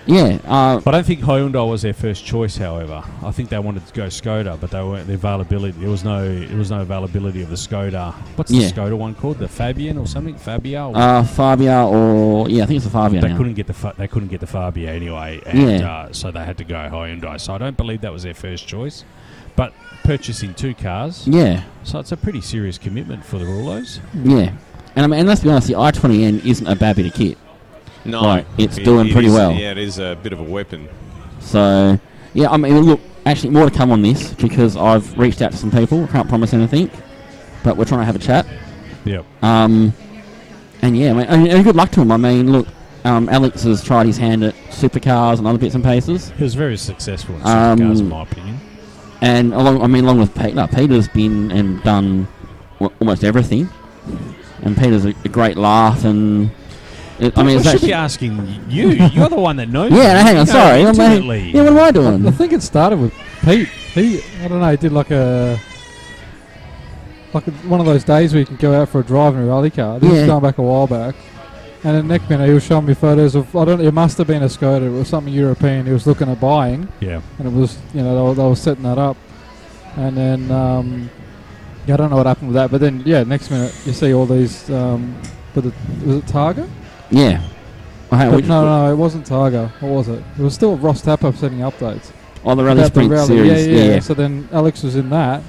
[SPEAKER 4] yeah. Uh,
[SPEAKER 2] I don't think Hyundai was their first choice. However, I think they wanted to go Skoda, but they weren't the availability. There was no there was no availability of the Skoda. What's
[SPEAKER 4] Yeah.
[SPEAKER 2] the Skoda one called? The Fabian or something? Fabia. Or
[SPEAKER 4] uh, Fabia or yeah, I think it's a Fabia
[SPEAKER 2] they
[SPEAKER 4] now.
[SPEAKER 2] couldn't get the fa- they couldn't get the Fabia anyway, and
[SPEAKER 4] Yeah.
[SPEAKER 2] uh, so they had to go Hyundai. So I don't believe that was their first choice, but purchasing two cars,
[SPEAKER 4] Yeah,
[SPEAKER 2] so it's a pretty serious commitment for the Rulos.
[SPEAKER 4] yeah. And I mean, and let's be honest, the i20N isn't a bad bit of kit.
[SPEAKER 3] No,
[SPEAKER 4] Right, it's doing pretty
[SPEAKER 3] is-
[SPEAKER 4] well.
[SPEAKER 3] Yeah, it is a bit of a weapon.
[SPEAKER 4] So yeah, I mean, look, actually, more to come on this because I've reached out to some people. Can't promise anything, but we're trying to have a chat.
[SPEAKER 2] Yep.
[SPEAKER 4] Um, and yeah, I mean, and, and good luck to him. I mean, look, um, Alex has tried his hand at supercars and other bits and pieces.
[SPEAKER 2] It was very successful in
[SPEAKER 4] Um,
[SPEAKER 2] supercars, in my opinion.
[SPEAKER 4] And along, I mean, along with Peter, no, Peter's been and done w- almost everything. And Peter's a, a great laugh, and it, I mean,
[SPEAKER 2] I
[SPEAKER 4] it's
[SPEAKER 2] should
[SPEAKER 4] actually,
[SPEAKER 2] be
[SPEAKER 4] yeah.
[SPEAKER 2] asking you. You're the one that
[SPEAKER 4] [LAUGHS]
[SPEAKER 2] knows.
[SPEAKER 4] No,
[SPEAKER 2] me.
[SPEAKER 4] hang
[SPEAKER 2] You know
[SPEAKER 4] on, sorry. I'm like,
[SPEAKER 2] intimately.
[SPEAKER 4] yeah, what am I
[SPEAKER 5] I [LAUGHS]
[SPEAKER 4] doing?
[SPEAKER 5] think it started with Pete. He, I don't know, he did like a like a, one of those days where you can go out for a drive in a rally car. This
[SPEAKER 4] Yeah.
[SPEAKER 5] is going back a while back. And at Neckman, he was showing me photos of I don't. It must have been a Skoda. It was something European. He was looking at buying,
[SPEAKER 2] Yeah.
[SPEAKER 5] and it was you know they were, they were setting that up. And then um, yeah, I don't know what happened with that. But then yeah, next minute you see all these. Um, with the, was it Targa?
[SPEAKER 4] Yeah. Oh, hang on,
[SPEAKER 5] But
[SPEAKER 4] which-
[SPEAKER 5] no, no, it wasn't Targa. What was it? It was still Ross Tapper sending updates.
[SPEAKER 4] Oh, the Rally
[SPEAKER 5] About the
[SPEAKER 4] Sprint
[SPEAKER 5] rally.
[SPEAKER 4] series.
[SPEAKER 5] Yeah, yeah,
[SPEAKER 4] Yeah,
[SPEAKER 5] So then Alex was in that,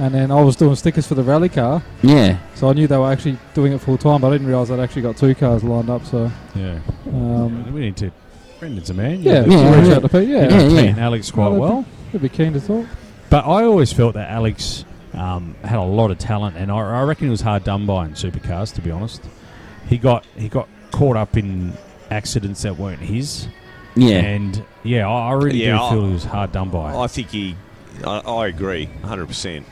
[SPEAKER 5] and then I was doing stickers for the rally car.
[SPEAKER 4] yeah.
[SPEAKER 5] So I knew they were actually doing it full time, but I didn't realise I'd actually got two cars lined up. So
[SPEAKER 2] Yeah.
[SPEAKER 5] um,
[SPEAKER 2] we need to. Brendan's a man.
[SPEAKER 5] yeah,
[SPEAKER 2] You
[SPEAKER 4] yeah,
[SPEAKER 5] yeah, reach
[SPEAKER 4] yeah.
[SPEAKER 5] out to Pete. Yeah,
[SPEAKER 2] know,
[SPEAKER 4] yeah.
[SPEAKER 2] Pete and Alex quite
[SPEAKER 5] Well,
[SPEAKER 2] well.
[SPEAKER 5] would be keen to talk.
[SPEAKER 2] But I always felt that Alex um, had a lot of talent, and I, I reckon he was hard done by in supercars. To be honest, he got he got caught up in accidents that weren't his,
[SPEAKER 4] yeah.
[SPEAKER 2] and yeah, I, I really
[SPEAKER 3] Yeah,
[SPEAKER 2] do
[SPEAKER 3] I-
[SPEAKER 2] feel he was hard done by.
[SPEAKER 3] I think he. I, I agree, hundred percent,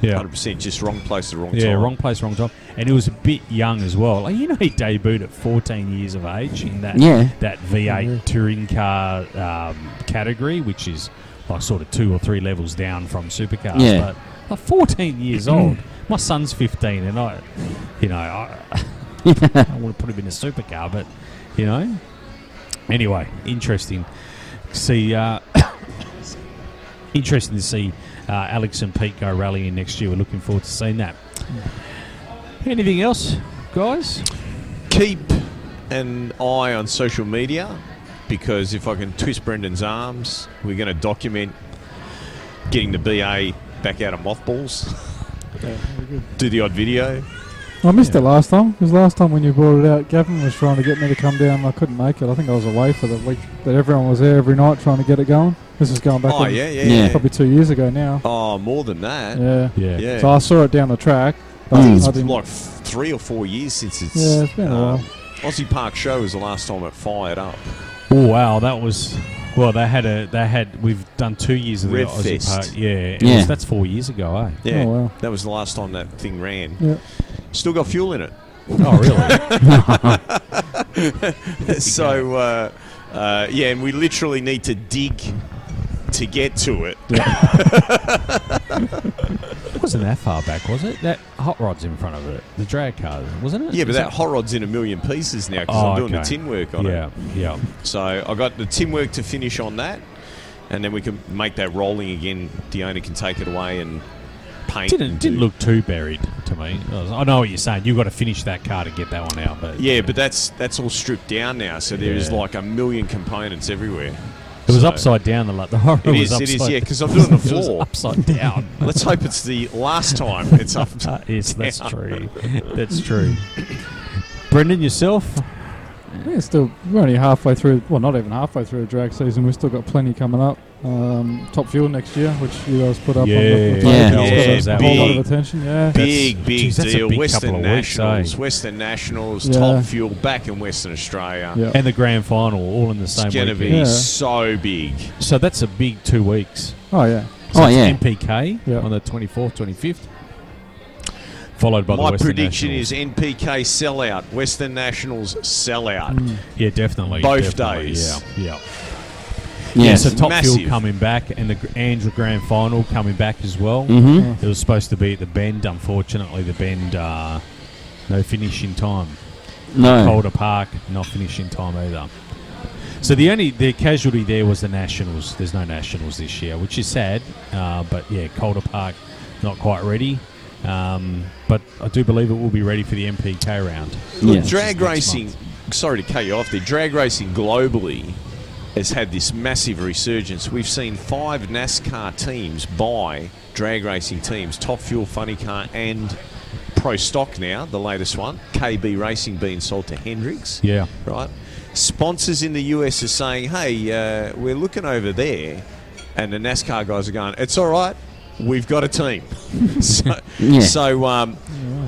[SPEAKER 2] yeah,
[SPEAKER 3] hundred percent. Just wrong place, at the wrong
[SPEAKER 2] yeah,
[SPEAKER 3] time.
[SPEAKER 2] wrong place, wrong time, and he was a bit young as well. Like you know, he debuted at 14 years of age in that
[SPEAKER 4] Yeah.
[SPEAKER 2] that V8
[SPEAKER 5] Mhm.
[SPEAKER 2] touring car um, category, which is like sort of two or three levels down from supercars.
[SPEAKER 4] Yeah.
[SPEAKER 2] But like 14 years old. My son's 15, and I, you know, I, I want to put him in a supercar, but you know. Anyway, interesting. See, uh, [COUGHS] interesting to see uh, Alex and Pete go rallying next year. We're looking forward to seeing that. Anything else, guys?
[SPEAKER 3] keep an eye on social media because if I can twist Brendan's arms, we're going to document getting the BA back out of mothballs. [LAUGHS] Do the odd video.
[SPEAKER 5] I missed
[SPEAKER 2] Yeah.
[SPEAKER 5] it last time because last time when you brought it out, Gavin was trying to get me to come down. and I couldn't make it. I think I was away for the week, but everyone was there every night trying to get it going. This is going back
[SPEAKER 3] Oh
[SPEAKER 5] on
[SPEAKER 3] yeah, yeah,
[SPEAKER 4] Yeah.
[SPEAKER 3] yeah.
[SPEAKER 5] probably two years ago now.
[SPEAKER 3] Oh, more than that.
[SPEAKER 5] Yeah.
[SPEAKER 2] Yeah.
[SPEAKER 3] Yeah.
[SPEAKER 5] So I saw it down the track,
[SPEAKER 3] I think
[SPEAKER 5] Mm.
[SPEAKER 3] it's
[SPEAKER 5] I've been-
[SPEAKER 3] like f- three or four years since it's.
[SPEAKER 5] Yeah, it's been a
[SPEAKER 3] um,
[SPEAKER 5] while.
[SPEAKER 3] Aussie Park Show was the last time it fired up.
[SPEAKER 2] Oh wow, that was well. They had a they had we've done two years of the
[SPEAKER 3] Red
[SPEAKER 2] Aussie
[SPEAKER 3] Fest.
[SPEAKER 2] Park. Yeah, it
[SPEAKER 4] Yeah.
[SPEAKER 2] Was, that's four years ago, eh?
[SPEAKER 3] Yeah,
[SPEAKER 5] Oh, wow.
[SPEAKER 3] that was the last time that thing ran.
[SPEAKER 5] Yeah.
[SPEAKER 3] Still got fuel in it.
[SPEAKER 2] Oh really? [LAUGHS]
[SPEAKER 3] [LAUGHS] so uh, uh, yeah, and we literally need to dig to get to it.
[SPEAKER 2] it wasn't that far back, was it? That hot rod's in front of it. The drag car, wasn't it?
[SPEAKER 3] Yeah, but
[SPEAKER 2] Is
[SPEAKER 3] that hot rod's in a million pieces now because
[SPEAKER 2] Oh,
[SPEAKER 3] I'm doing the
[SPEAKER 2] okay.
[SPEAKER 3] tin work on
[SPEAKER 2] yeah,
[SPEAKER 3] it.
[SPEAKER 2] yeah.
[SPEAKER 3] So I got the tin work to finish on that, and then we can make that rolling again. The owner can take it away and paint.
[SPEAKER 2] Didn't
[SPEAKER 3] and
[SPEAKER 2] didn't
[SPEAKER 3] do-
[SPEAKER 2] look too buried to me. I was- I know what you're saying. You've got to finish that car to get that one out, but
[SPEAKER 3] Yeah, but that's that's all stripped down now. So there is
[SPEAKER 2] Yeah.
[SPEAKER 3] like a million components everywhere.
[SPEAKER 2] it was
[SPEAKER 3] so-
[SPEAKER 2] upside down. The like the horror
[SPEAKER 3] It
[SPEAKER 2] was
[SPEAKER 3] is, it
[SPEAKER 2] upside
[SPEAKER 3] is,
[SPEAKER 2] [LAUGHS]
[SPEAKER 3] yeah, 'cause I'm doing the
[SPEAKER 2] it was
[SPEAKER 3] floor.
[SPEAKER 2] upside down.
[SPEAKER 3] um, [LAUGHS] Let's hope it's the
[SPEAKER 2] [LAUGHS]
[SPEAKER 3] last time it's up.
[SPEAKER 2] Uh, yes, that's
[SPEAKER 3] down.
[SPEAKER 2] true. That's
[SPEAKER 3] [LAUGHS]
[SPEAKER 2] true. Brendan, yourself?
[SPEAKER 5] Yeah, still, we're only halfway through. Well, not even halfway through the drag season. We've still got plenty coming up. Um, Top Fuel next year, which you guys put up. on the,
[SPEAKER 2] Yeah.
[SPEAKER 5] the page.
[SPEAKER 4] Yeah.
[SPEAKER 5] It's
[SPEAKER 2] Yeah,
[SPEAKER 5] got a whole lot
[SPEAKER 3] big.
[SPEAKER 5] of attention. Yeah,
[SPEAKER 2] That's-
[SPEAKER 3] Big, big
[SPEAKER 2] geez, that's a
[SPEAKER 3] deal.
[SPEAKER 2] big
[SPEAKER 3] Western
[SPEAKER 2] couple of weeks, eh?
[SPEAKER 3] Nationals, Western Nationals,
[SPEAKER 5] Yeah.
[SPEAKER 3] top fuel back in Western Australia.
[SPEAKER 5] Yeah.
[SPEAKER 2] And the grand final, all in the same
[SPEAKER 3] It's going to be
[SPEAKER 2] weekend.
[SPEAKER 5] Yeah.
[SPEAKER 3] so big.
[SPEAKER 2] So that's a big two weeks.
[SPEAKER 5] Oh yeah.
[SPEAKER 2] So
[SPEAKER 4] Oh,
[SPEAKER 2] it's
[SPEAKER 4] yeah.
[SPEAKER 2] MPK
[SPEAKER 5] Yeah.
[SPEAKER 2] on the 24th, 25th, followed by the
[SPEAKER 3] My
[SPEAKER 2] Western
[SPEAKER 3] prediction
[SPEAKER 2] Nationals.
[SPEAKER 3] is NPK sellout, Western Nationals sellout.
[SPEAKER 5] Mm.
[SPEAKER 2] yeah, definitely
[SPEAKER 3] both
[SPEAKER 2] definitely,
[SPEAKER 3] days.
[SPEAKER 2] Yeah, yeah. Yeah,
[SPEAKER 4] Yes.
[SPEAKER 2] so top
[SPEAKER 3] Massive.
[SPEAKER 2] fuel coming back and the Gr- Andrew Grand Final coming back as well.
[SPEAKER 4] Mm-hmm.
[SPEAKER 2] It was supposed to be at the Bend. Unfortunately, the Bend uh, no finish in time.
[SPEAKER 4] No.
[SPEAKER 2] Boulder Park not finish in time either. So the only the casualty there was the Nationals. There's no Nationals this year, which is sad. Uh, but yeah, Calder Park not quite ready. Um, but I do believe it will be ready for the MPK round.
[SPEAKER 3] Look,
[SPEAKER 4] Yeah.
[SPEAKER 3] drag
[SPEAKER 2] Next
[SPEAKER 3] racing, sorry to cut you off there, drag racing globally has had this massive resurgence. We've seen five NASCAR teams buy drag racing teams, Top Fuel, Funny Car, and Pro Stock now, the latest one, KB Racing being sold to Hendrix.
[SPEAKER 2] Yeah.
[SPEAKER 3] Right? Sponsors in the US are saying, hey, uh, we're looking over there, and the NASCAR guys are going, it's all right, we've got a team. [LAUGHS] so,
[SPEAKER 4] Yeah.
[SPEAKER 3] so um,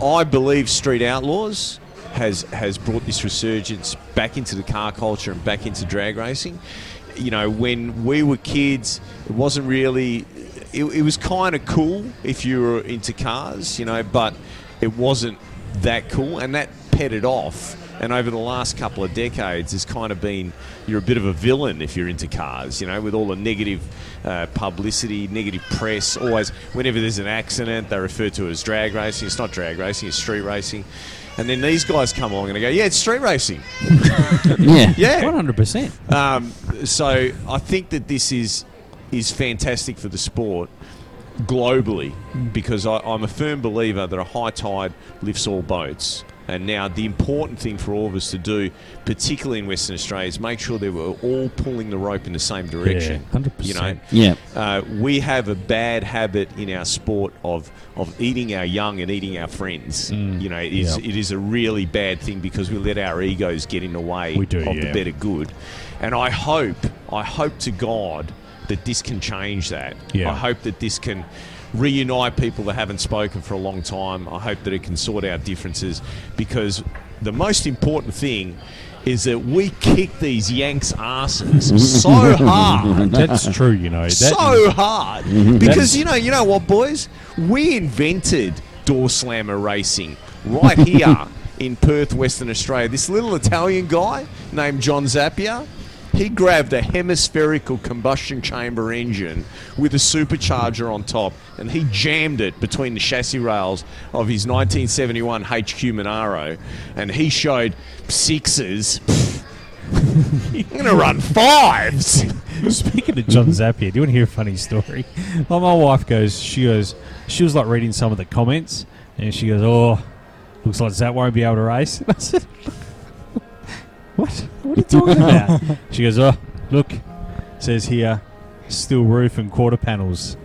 [SPEAKER 3] I believe Street Outlaws has has brought this resurgence back into the car culture and back into drag racing. You know, when we were kids, it wasn't really. It, it was kind of cool if you were into cars, you know, but it wasn't that cool, and that petted off. And over the last couple of decades, it's kind of been you're a bit of a villain if you're into cars, you know, with all the negative uh, publicity, negative press. Always, whenever there's an accident, they refer to it as drag racing. It's not drag racing, it's street racing. And then these guys come along and they go, yeah, it's street racing.
[SPEAKER 4] Yeah.
[SPEAKER 3] Yeah.
[SPEAKER 2] One hundred percent.
[SPEAKER 3] Um, so I think that this is is fantastic for the sport globally because I, I'm a firm believer that a high tide lifts all boats. And now the important thing for all of us to do, particularly in Western Australia, is make sure that we're all pulling the rope in the same direction.
[SPEAKER 2] Yeah, 100%.
[SPEAKER 3] You know,
[SPEAKER 4] Yeah.
[SPEAKER 3] uh, we have a bad habit in our sport of of eating our young and eating our friends. You know, it is,
[SPEAKER 2] Mm. Yeah.
[SPEAKER 3] it is a really bad thing because we let our egos get in the way
[SPEAKER 2] We do,
[SPEAKER 3] of
[SPEAKER 2] yeah.
[SPEAKER 3] the better good. And I hope, I hope to God that this can change that.
[SPEAKER 2] Yeah.
[SPEAKER 3] I hope that this can reunite people that haven't spoken for a long time. I hope that it can sort out differences because the most important thing is that we kick these Yanks' asses so hard
[SPEAKER 2] That's true. You know, that
[SPEAKER 3] so
[SPEAKER 2] is- [LAUGHS]
[SPEAKER 3] hard because you know you know what boys we invented door slammer racing
[SPEAKER 2] [LAUGHS]
[SPEAKER 3] right here in Perth Western Australia this little Italian guy named John Zappia he grabbed a hemispherical combustion chamber engine with a supercharger on top and he jammed it between the chassis rails of his 1971 HQ Monaro and he showed sixes [LAUGHS] you're going to run fives
[SPEAKER 2] [LAUGHS] Speaking of John Zappia, do you want to hear a funny story? Well, my wife goes, she goes, she was like reading some of the comments, and she goes, "Oh, looks like Zap won't be able to race." [LAUGHS] And I said, "What? What are you talking about?" she goes, "Oh, look, it says here, steel roof and quarter panels."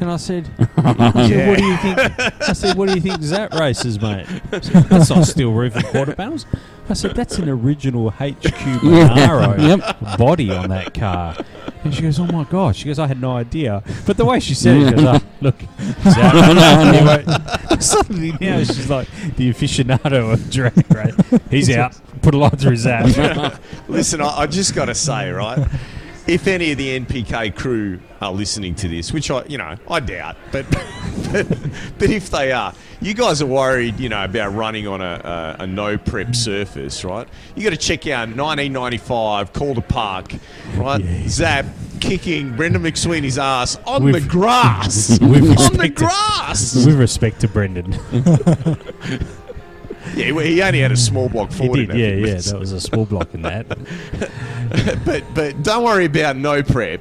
[SPEAKER 2] And I said, [LAUGHS] I said, "What do you think?" I said, "What do you think Zap races, mate?" She said, that's not steel roof and quarter panels. I said, "That's an original HQ Monaro
[SPEAKER 4] [LAUGHS] Yep.
[SPEAKER 2] body on that car." And she goes, "Oh my gosh!" She goes, "I had no idea." But the way she said it, she goes, "Ah,
[SPEAKER 3] [LAUGHS]
[SPEAKER 2] "Look, [LAUGHS] Zach." suddenly now she's like the aficionado of drag race. He's out. Put a line through his ass.
[SPEAKER 3] Listen, I, I just got to say, right? If any of the NPK crew are listening to this, which I, you know, I doubt, but [LAUGHS] but, if they are, you guys are worried, you know, about running on a, a, a no prep surface, right? You got to check out 1995 Calder Park, right?
[SPEAKER 2] Yeah.
[SPEAKER 3] Zap kicking Brendan McSweeney's ass on the
[SPEAKER 2] With- [LAUGHS]
[SPEAKER 3] grass,
[SPEAKER 2] with
[SPEAKER 3] on the
[SPEAKER 2] respect to-
[SPEAKER 3] grass.
[SPEAKER 2] With respect to Brendan,
[SPEAKER 3] Yeah, he- he only had a small block
[SPEAKER 2] he
[SPEAKER 3] forward.
[SPEAKER 2] did.
[SPEAKER 3] in that
[SPEAKER 2] Yeah,
[SPEAKER 3] thing,
[SPEAKER 2] yeah.
[SPEAKER 3] but-
[SPEAKER 2] That was a small block in
[SPEAKER 3] [LAUGHS]
[SPEAKER 2] that.
[SPEAKER 3] But but don't worry about no prep.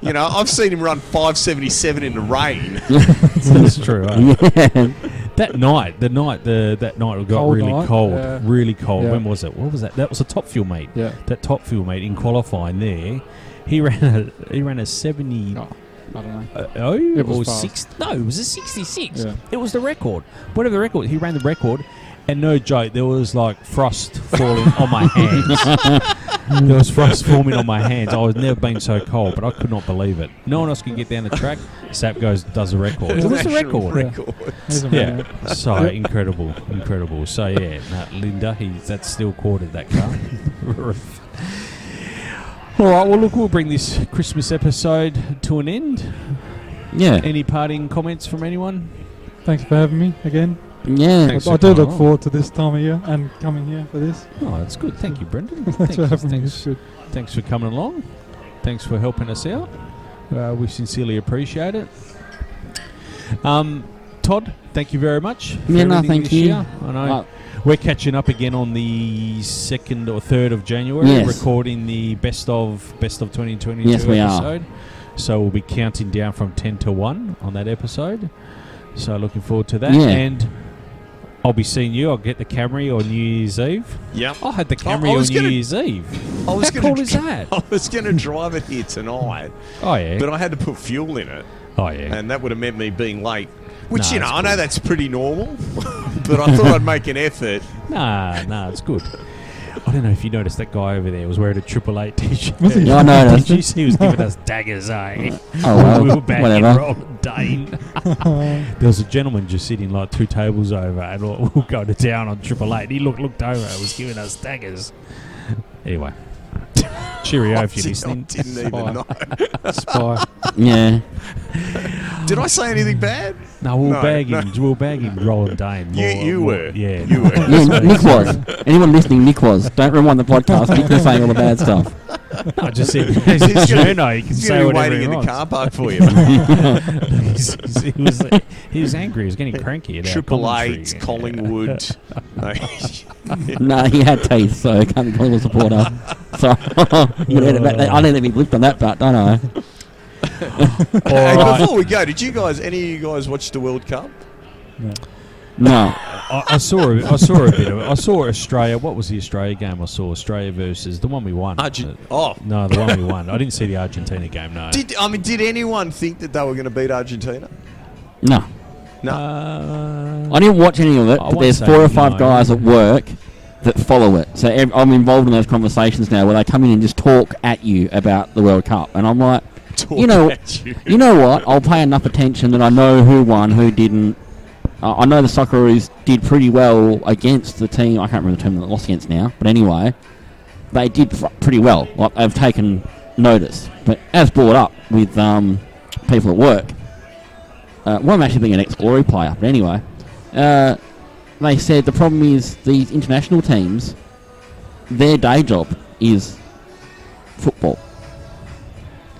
[SPEAKER 3] You know, I've seen him run 577 in the rain.
[SPEAKER 2] That's true. huh?
[SPEAKER 4] yeah.
[SPEAKER 2] That night, the night, the that night it got
[SPEAKER 5] Cold
[SPEAKER 2] really
[SPEAKER 5] night,
[SPEAKER 2] cold,
[SPEAKER 5] yeah.
[SPEAKER 2] really cold.
[SPEAKER 5] Yeah.
[SPEAKER 2] When was it? What was that? That was a top fuel meet.
[SPEAKER 5] Yeah.
[SPEAKER 2] That top fuel meet in qualifying there, he [LAUGHS] ran a he ran a seventy.
[SPEAKER 5] No, Oh, I don't know.
[SPEAKER 2] Uh, oh,
[SPEAKER 5] It was
[SPEAKER 2] or
[SPEAKER 5] fast.
[SPEAKER 2] six? No, it was a sixty-six.
[SPEAKER 5] Yeah.
[SPEAKER 2] It was the record. Whatever the record, he ran the record, and no joke, there was like frost falling on
[SPEAKER 5] [LAUGHS]
[SPEAKER 2] my hands. there was frost forming on my hands. I was never been so cold, but I could not believe it. No one else could get down the track. Sap goes does the record. It was the
[SPEAKER 3] National
[SPEAKER 2] record.
[SPEAKER 3] record.
[SPEAKER 5] He's a
[SPEAKER 2] Yeah.
[SPEAKER 5] man.
[SPEAKER 2] [LAUGHS] So incredible, incredible. So yeah, nah, Linda, he that's still quartered that car. [LAUGHS] All right. Well, look, we'll bring this Christmas episode to an end.
[SPEAKER 4] Yeah.
[SPEAKER 2] Any parting comments from anyone?
[SPEAKER 5] Thanks for having me again.
[SPEAKER 4] Yeah.
[SPEAKER 5] I, I do look forward to this time of year and coming here for this.
[SPEAKER 2] Oh, that's good. Thank you, Brendan.
[SPEAKER 5] [LAUGHS] Thanks
[SPEAKER 2] Thank
[SPEAKER 5] for
[SPEAKER 2] you.
[SPEAKER 5] having me.
[SPEAKER 2] Thanks,
[SPEAKER 5] It's good.
[SPEAKER 2] thanks for coming along. Thanks for helping us out. Uh, we sincerely appreciate it. Um, Todd, thank you very much. for
[SPEAKER 4] Yeah, no,
[SPEAKER 2] everything
[SPEAKER 4] thank
[SPEAKER 2] this
[SPEAKER 4] you.
[SPEAKER 2] year. I know.
[SPEAKER 4] Uh,
[SPEAKER 2] We're catching up again on the second or third of January,
[SPEAKER 4] Yes.
[SPEAKER 2] recording the best of best of 2022
[SPEAKER 4] Yes, we are.
[SPEAKER 2] episode. So we'll be counting down from 10 to 1 on that episode. So looking forward to that.
[SPEAKER 4] Yeah.
[SPEAKER 2] And I'll be seeing you. I'll get the Camry on New Year's Eve.
[SPEAKER 3] Yep.
[SPEAKER 2] I had the Camry
[SPEAKER 3] I
[SPEAKER 2] on
[SPEAKER 3] was
[SPEAKER 2] New
[SPEAKER 3] gonna-
[SPEAKER 2] Year's Eve.
[SPEAKER 3] I was
[SPEAKER 2] Oh, How
[SPEAKER 3] gonna,
[SPEAKER 2] cool is that?
[SPEAKER 3] [LAUGHS] I was going to drive it here tonight,
[SPEAKER 2] Oh yeah.
[SPEAKER 3] but I had to put fuel in it,
[SPEAKER 2] oh yeah.
[SPEAKER 3] and that would have meant me being late.
[SPEAKER 2] Nah,
[SPEAKER 3] Which you know,
[SPEAKER 2] that's
[SPEAKER 3] I know
[SPEAKER 2] cool.
[SPEAKER 3] that's pretty normal, [LAUGHS]
[SPEAKER 2] [LAUGHS]
[SPEAKER 3] but I thought I'd make an effort.
[SPEAKER 2] Nah, nah, it's good. I don't know if you noticed that guy over there was wearing a Triple Eight
[SPEAKER 4] [LAUGHS]
[SPEAKER 2] t-shirt. [LAUGHS]
[SPEAKER 4] Yeah, I noticed.
[SPEAKER 2] Did you see? He was giving us daggers, eh?
[SPEAKER 4] [LAUGHS] Oh,
[SPEAKER 2] [LAUGHS]
[SPEAKER 4] well,
[SPEAKER 2] we were back in
[SPEAKER 4] whatever.
[SPEAKER 2] Rob
[SPEAKER 4] [LAUGHS]
[SPEAKER 2] Dane. there was a gentleman just sitting like two tables over, and we will go to town on Triple Eight. He looked looked over, and was giving us daggers.
[SPEAKER 3] [LAUGHS]
[SPEAKER 2] Anyway, cheerio if
[SPEAKER 3] I
[SPEAKER 2] you're listening.
[SPEAKER 3] didn't even
[SPEAKER 5] Fine.
[SPEAKER 3] know. [LAUGHS]
[SPEAKER 5] Spy.
[SPEAKER 2] [LAUGHS]
[SPEAKER 4] yeah.
[SPEAKER 3] Did I say anything bad?
[SPEAKER 2] No, we'll
[SPEAKER 3] No,
[SPEAKER 2] bag
[SPEAKER 3] no.
[SPEAKER 2] him. We'll bag him. Roland Dane.
[SPEAKER 3] You-
[SPEAKER 2] We'll-
[SPEAKER 3] you
[SPEAKER 2] we'll-
[SPEAKER 3] were.
[SPEAKER 2] Yeah,
[SPEAKER 3] You were.
[SPEAKER 4] yeah Nick was. Anyone listening, Nick was. Don't rewind the podcast. Nick was saying all the
[SPEAKER 2] [LAUGHS]
[SPEAKER 4] bad stuff.
[SPEAKER 2] I just said he's
[SPEAKER 3] He's gonna-
[SPEAKER 2] journo, He can
[SPEAKER 3] He's
[SPEAKER 2] say
[SPEAKER 3] going to be
[SPEAKER 2] whatever
[SPEAKER 3] waiting
[SPEAKER 2] he
[SPEAKER 3] in the
[SPEAKER 2] wants.
[SPEAKER 3] car park for you. [LAUGHS] mate.
[SPEAKER 2] [LAUGHS] He's- he's- he was he was angry. He was getting cranky. At our
[SPEAKER 3] Triple
[SPEAKER 2] commentary. [LAUGHS]
[SPEAKER 3] Eight, Collingwood. [LAUGHS]
[SPEAKER 4] No, he had teeth, so I can't be called a
[SPEAKER 2] [LAUGHS]
[SPEAKER 4] supporter. So [LAUGHS] I'm gonna edit that. I'll edit it blipped on that part, don't I?
[SPEAKER 2] All
[SPEAKER 3] [LAUGHS] Hey,
[SPEAKER 2] right.
[SPEAKER 3] before we go, did you guys, any of you guys watch the World Cup?
[SPEAKER 4] No.
[SPEAKER 2] I, I saw a, I saw a bit of it. I saw Australia. What was the Australia game? I saw Australia versus the one we won.
[SPEAKER 3] Argent-
[SPEAKER 2] Uh,
[SPEAKER 3] oh,
[SPEAKER 2] no, the one we won. I didn't see the Argentina game. No.
[SPEAKER 3] did I mean, did anyone think that they were going to beat Argentina? [LAUGHS]
[SPEAKER 4] No.
[SPEAKER 3] No.
[SPEAKER 2] uh,
[SPEAKER 4] I didn't watch any of it,
[SPEAKER 2] I
[SPEAKER 4] but
[SPEAKER 2] won't
[SPEAKER 4] there's
[SPEAKER 2] say
[SPEAKER 4] four or five
[SPEAKER 2] no.
[SPEAKER 4] guys at work that follow it. So ev- I'm involved in those conversations now where they come in and just talk at you about the World Cup. And I'm like,
[SPEAKER 3] Talk [LAUGHS]
[SPEAKER 4] you know,
[SPEAKER 3] at you.
[SPEAKER 4] you know what? I'll pay enough attention that I know who won, who didn't. Uh, I know the Socceroos did pretty well against the team. I can't remember the team that lost against now, but anyway, they did pr- pretty well. Like they've taken notice. But as brought up with um, people at work, uh, well, I'm actually being an ex-glory player, but anyway, uh, they said the problem is these international teams, their day job is football.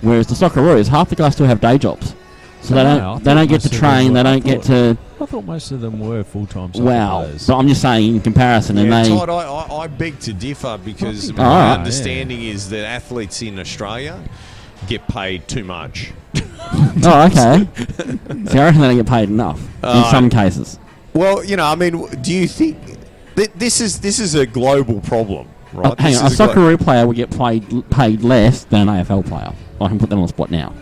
[SPEAKER 4] Whereas the Socceroos, half the guys still have day jobs, so
[SPEAKER 2] Wow,
[SPEAKER 4] they
[SPEAKER 2] I
[SPEAKER 4] don't
[SPEAKER 2] thought
[SPEAKER 4] they don't get to
[SPEAKER 2] most of them
[SPEAKER 4] train,
[SPEAKER 2] were-
[SPEAKER 4] they
[SPEAKER 2] I
[SPEAKER 4] don't get to
[SPEAKER 2] I thought most of them were full time.
[SPEAKER 4] wow. But I'm just saying in comparison, and
[SPEAKER 3] Yeah,
[SPEAKER 4] they
[SPEAKER 3] Todd, I, I, I beg to differ because
[SPEAKER 2] Oh,
[SPEAKER 3] my
[SPEAKER 4] yeah.
[SPEAKER 3] understanding is that athletes in Australia get paid too much.
[SPEAKER 4] oh okay,
[SPEAKER 3] [LAUGHS]
[SPEAKER 4] so I reckon they don't get paid enough in
[SPEAKER 3] Uh,
[SPEAKER 4] some cases.
[SPEAKER 3] Well, you know, I mean, w- do you think th- this is this is a global problem, right?
[SPEAKER 4] Uh, hang
[SPEAKER 3] This
[SPEAKER 4] on, a
[SPEAKER 3] is a glo-
[SPEAKER 4] Socceroo player will get paid paid less than an AFL player. I can put that on the spot now.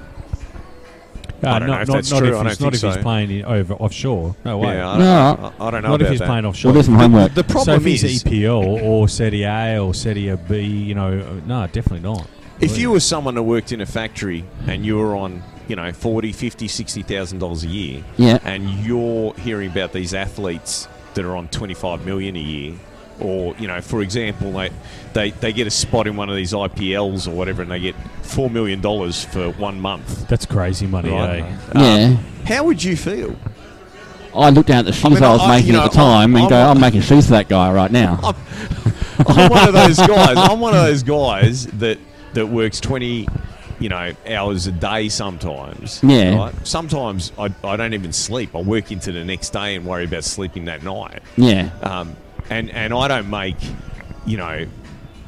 [SPEAKER 2] Uh,
[SPEAKER 3] I don't
[SPEAKER 2] not,
[SPEAKER 3] know if
[SPEAKER 2] not,
[SPEAKER 3] that's
[SPEAKER 2] not
[SPEAKER 3] true.
[SPEAKER 2] If
[SPEAKER 3] I
[SPEAKER 2] he's,
[SPEAKER 3] don't
[SPEAKER 2] not
[SPEAKER 3] think
[SPEAKER 2] if he's
[SPEAKER 3] so.
[SPEAKER 2] playing in, over offshore. No way.
[SPEAKER 3] Yeah, I,
[SPEAKER 4] No.
[SPEAKER 3] don't, I, I don't know
[SPEAKER 2] not
[SPEAKER 3] about
[SPEAKER 2] if he's
[SPEAKER 3] that.
[SPEAKER 2] playing
[SPEAKER 4] We'll
[SPEAKER 2] offshore.
[SPEAKER 4] do some homework.
[SPEAKER 3] The
[SPEAKER 2] so
[SPEAKER 3] problem
[SPEAKER 2] if he's E
[SPEAKER 3] is,
[SPEAKER 2] EPL or Serie A or Serie B, you know, uh, no, definitely not.
[SPEAKER 3] If you were someone who worked in a factory and you were on, you know, 40, 50, 60,000 dollars a year,
[SPEAKER 4] Yeah.
[SPEAKER 3] and you're hearing about these athletes that are on 25 million a year, or, you know, for example, they, they, they get a spot in one of these IPLs or whatever and they get $4 million for one month.
[SPEAKER 2] That's crazy money,
[SPEAKER 3] Right.
[SPEAKER 2] eh?
[SPEAKER 3] Um,
[SPEAKER 4] yeah.
[SPEAKER 3] How would you feel?
[SPEAKER 4] I looked down at the shoes I,
[SPEAKER 3] mean,
[SPEAKER 4] was
[SPEAKER 3] I-
[SPEAKER 4] making
[SPEAKER 3] you
[SPEAKER 4] at
[SPEAKER 3] know,
[SPEAKER 4] the time
[SPEAKER 3] I'm-
[SPEAKER 4] and go,
[SPEAKER 3] I'm-
[SPEAKER 4] I'm making shoes for that guy right now.
[SPEAKER 3] I'm, I'm one of those guys. I'm one of those guys that that works twenty, you know, hours a day sometimes.
[SPEAKER 4] Yeah.
[SPEAKER 3] right? Sometimes I, I don't even sleep. I work into the next day and worry about sleeping that night.
[SPEAKER 4] Yeah.
[SPEAKER 3] Um, and and I don't make, you know,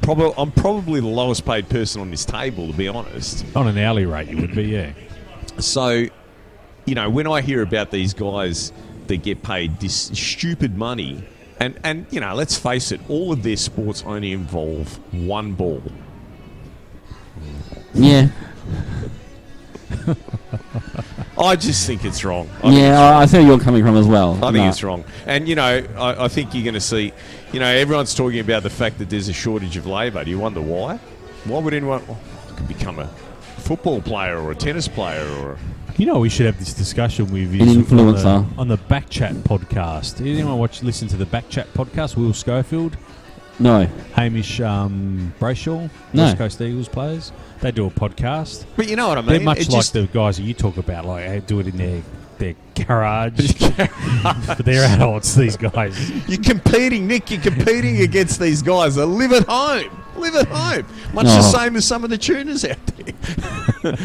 [SPEAKER 3] probably I'm probably the lowest paid person on this table to be honest.
[SPEAKER 2] On an hourly rate, you would be, yeah.
[SPEAKER 3] So, you know, when I hear about these guys that get paid this stupid money, and, and you know, let's face it, all of their sports only involve one ball.
[SPEAKER 4] Yeah.
[SPEAKER 3] I just think it's wrong. I think
[SPEAKER 4] Yeah,
[SPEAKER 3] it's
[SPEAKER 4] I, I see where you're coming from as well.
[SPEAKER 3] I think
[SPEAKER 4] No.
[SPEAKER 3] it's wrong. And, you know, I, I think you're going to see, you know, everyone's talking about the fact that there's a shortage of labour. Do you wonder why? Why would anyone oh, I could become a football player or a tennis player or.
[SPEAKER 2] You know, we should have this discussion with
[SPEAKER 4] An
[SPEAKER 2] is on the- on
[SPEAKER 4] influencer.
[SPEAKER 2] the, Back Chat podcast. Did anyone watch, listen to the Back Chat podcast? Will Schofield,
[SPEAKER 4] No.
[SPEAKER 2] Hamish um, Brayshaw,
[SPEAKER 4] No.
[SPEAKER 2] West Coast Eagles players. They do a podcast.
[SPEAKER 3] But you know what I mean?
[SPEAKER 2] They're much
[SPEAKER 3] It
[SPEAKER 2] like
[SPEAKER 3] just-
[SPEAKER 2] the guys that you talk about, like they do it in their their
[SPEAKER 3] [LAUGHS]
[SPEAKER 2] garage. [LAUGHS] but they're adults. These guys.
[SPEAKER 3] You're competing, Nick. You're competing against these guys that live at home. Live at home. Much the
[SPEAKER 4] Oh.
[SPEAKER 3] same as some of the tuners out there.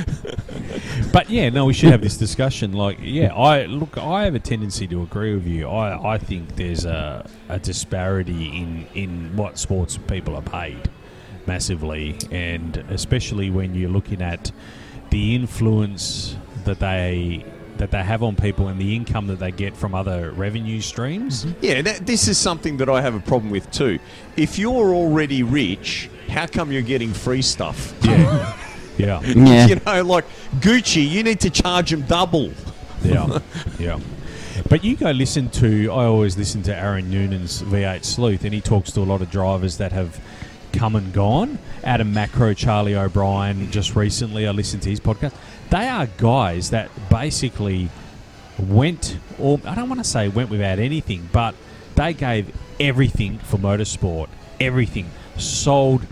[SPEAKER 2] But yeah, no, we should have this discussion. Like, yeah, I look, I have a tendency to agree with you. I, I think there's a, a disparity in in what sports people are paid massively, and especially when you're looking at the influence that they that they have on people and the income that they get from other revenue streams.
[SPEAKER 3] [LAUGHS] Yeah, that, this is something that I have a problem with too. If you're already rich, how come you're getting free stuff?
[SPEAKER 2] Yeah, yeah,
[SPEAKER 3] [LAUGHS]
[SPEAKER 4] Yeah.
[SPEAKER 3] You know, like Gucci, you need to charge them double.
[SPEAKER 2] yeah, yeah. But you go listen to, I always listen to Aaron Noonan's V8 Sleuth, and he talks to a lot of drivers that have come and gone. Adam Macro, Charlie O'Brien, just recently, I listened to his podcast. They are guys that basically went, or I don't want to say went without anything, but they gave everything for motorsport. Everything. Sold,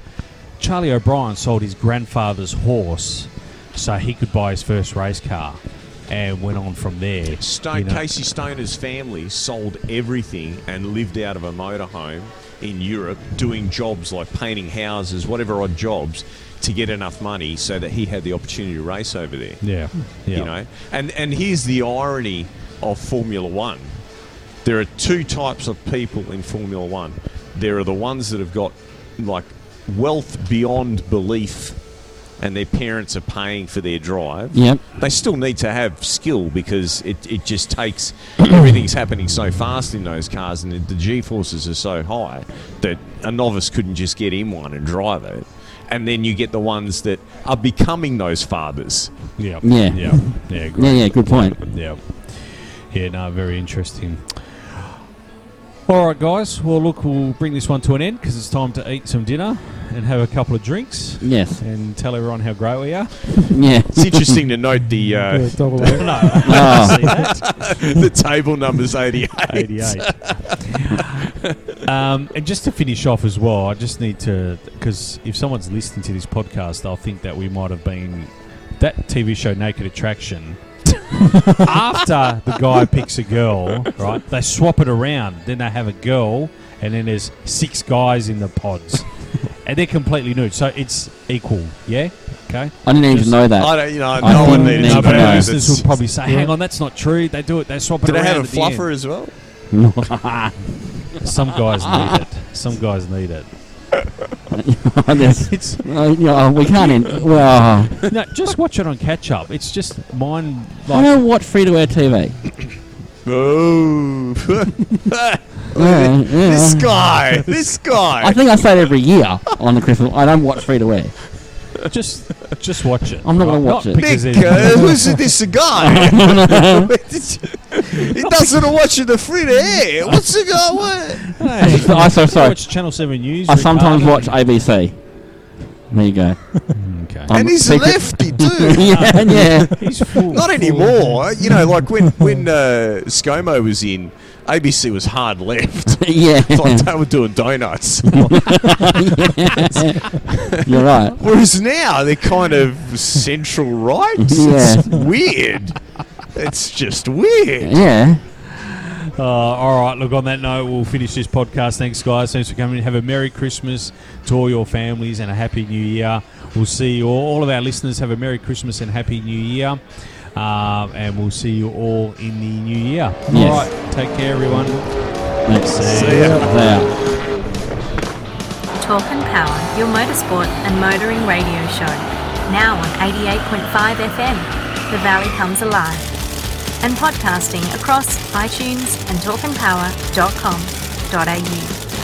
[SPEAKER 2] Charlie O'Brien sold his grandfather's horse so he could buy his first race car. And went on from there.
[SPEAKER 3] Stone,
[SPEAKER 2] you know.
[SPEAKER 3] Casey Stoner's family sold everything and lived out of a motorhome in Europe, doing jobs like painting houses, whatever odd jobs, to get enough money so that he had the opportunity to race over there.
[SPEAKER 2] Yeah, yeah.
[SPEAKER 3] you know and and here's the irony of formula 1 there are two types of people in formula 1 there are the ones that have got like wealth beyond belief and their parents are paying for their drive
[SPEAKER 4] Yep.
[SPEAKER 3] they still need to have skill because it, it just takes [COUGHS] everything's happening so fast in those cars and the G forces are so high that a novice couldn't just get in one and drive it. And then you get the ones that are becoming those fathers.
[SPEAKER 2] Yeah,
[SPEAKER 4] Yeah.
[SPEAKER 2] yeah, yeah,
[SPEAKER 4] Yeah,
[SPEAKER 2] great.
[SPEAKER 4] yeah, good point.
[SPEAKER 2] yeah, yeah. No, very interesting. All right, guys. Well, look, we'll bring this one to an end because it's time to eat some dinner and have a couple of drinks
[SPEAKER 4] Yes.
[SPEAKER 2] and tell everyone how great we are.
[SPEAKER 4] Yeah.
[SPEAKER 3] It's interesting to note the uh,
[SPEAKER 5] [LAUGHS] Yeah, double A.
[SPEAKER 2] No,
[SPEAKER 4] Oh,
[SPEAKER 2] [LAUGHS] see that?
[SPEAKER 3] the table numbers 88.
[SPEAKER 2] [LAUGHS] 88. [LAUGHS] um, and just to finish off as well, I just need to because if someone's listening to this podcast, they'll think that we might have been that TV show Naked
[SPEAKER 3] [LAUGHS]
[SPEAKER 2] Attraction. After the guy picks a girl, right? They swap it around. Then they have a girl, and then there's six guys in the pods, and they're completely nude. So it's equal, yeah. Okay.
[SPEAKER 4] I didn't even
[SPEAKER 2] Just-
[SPEAKER 4] know
[SPEAKER 3] I
[SPEAKER 4] that.
[SPEAKER 3] don't, you know,
[SPEAKER 4] I
[SPEAKER 3] no one
[SPEAKER 4] think
[SPEAKER 3] needed to know.
[SPEAKER 4] we need to know.
[SPEAKER 3] that.
[SPEAKER 2] Listeners
[SPEAKER 3] That's- [LAUGHS]
[SPEAKER 2] will probably say, "Hang on, that's not true. They do it. They swap it
[SPEAKER 3] Did I
[SPEAKER 2] around."
[SPEAKER 3] have a
[SPEAKER 2] at the end."
[SPEAKER 3] fluffer as well?
[SPEAKER 4] [LAUGHS] No.
[SPEAKER 2] Some guys
[SPEAKER 4] [LAUGHS]
[SPEAKER 2] need it. Some guys need it.
[SPEAKER 3] [LAUGHS]
[SPEAKER 4] There's-
[SPEAKER 2] It's
[SPEAKER 4] uh, you know, we can't. In- well,
[SPEAKER 2] no, just watch it on catch up. It's just mine.
[SPEAKER 4] I
[SPEAKER 2] Like,
[SPEAKER 4] don't watch free to air TV.
[SPEAKER 3] Oh,
[SPEAKER 4] [LAUGHS]
[SPEAKER 3] [LAUGHS]
[SPEAKER 4] Yeah,
[SPEAKER 3] this
[SPEAKER 4] yeah.
[SPEAKER 3] guy, this guy.
[SPEAKER 4] I think I say it every year on the Christmas. I don't watch free to [LAUGHS] air.
[SPEAKER 2] just, just watch it.
[SPEAKER 4] I'm not gonna watch it.
[SPEAKER 2] because
[SPEAKER 3] Nick,
[SPEAKER 2] there's-
[SPEAKER 3] uh, [LAUGHS] who's this guy? he doesn't watch the free to air. What's the guy? What?
[SPEAKER 2] Um,
[SPEAKER 4] [LAUGHS]
[SPEAKER 2] Hey,
[SPEAKER 4] I so
[SPEAKER 2] I
[SPEAKER 4] sorry.
[SPEAKER 2] watch Channel Seven News.
[SPEAKER 4] I sometimes
[SPEAKER 2] Ricardo.
[SPEAKER 4] [LAUGHS] watch ABC. There you go.
[SPEAKER 2] okay.
[SPEAKER 4] I'm
[SPEAKER 3] and he's a
[SPEAKER 4] secret-
[SPEAKER 3] lefty
[SPEAKER 4] [LAUGHS]
[SPEAKER 3] too.
[SPEAKER 4] yeah, yeah.
[SPEAKER 2] He's full.
[SPEAKER 3] Not
[SPEAKER 2] full-
[SPEAKER 3] anymore. You know, like when when uh, ScoMo was in, ABC was hard left. [LAUGHS]
[SPEAKER 4] yeah.
[SPEAKER 3] It's like they were doing donuts.
[SPEAKER 4] [LAUGHS] You're right.
[SPEAKER 3] Whereas now they're kind of central right.
[SPEAKER 4] Yeah.
[SPEAKER 3] It's weird. It's just weird.
[SPEAKER 4] Yeah.
[SPEAKER 2] Uh, all right, look, on that note, we'll finish this podcast. Thanks, guys. Thanks for coming. Have a Merry Christmas to all your families and a Happy New Year. We'll see you all. All of our listeners have a Merry Christmas and Happy New Year. Uh, and we'll see you all in the new year.
[SPEAKER 4] Yes.
[SPEAKER 2] All right, take care, everyone.
[SPEAKER 4] Let's see.
[SPEAKER 3] See ya.
[SPEAKER 4] There.
[SPEAKER 1] Talk and Power, your motorsport and motoring radio show. Now on 88.5 FM, The Valley Comes Alive. And podcasting across iTunes and talkandpower.com.au.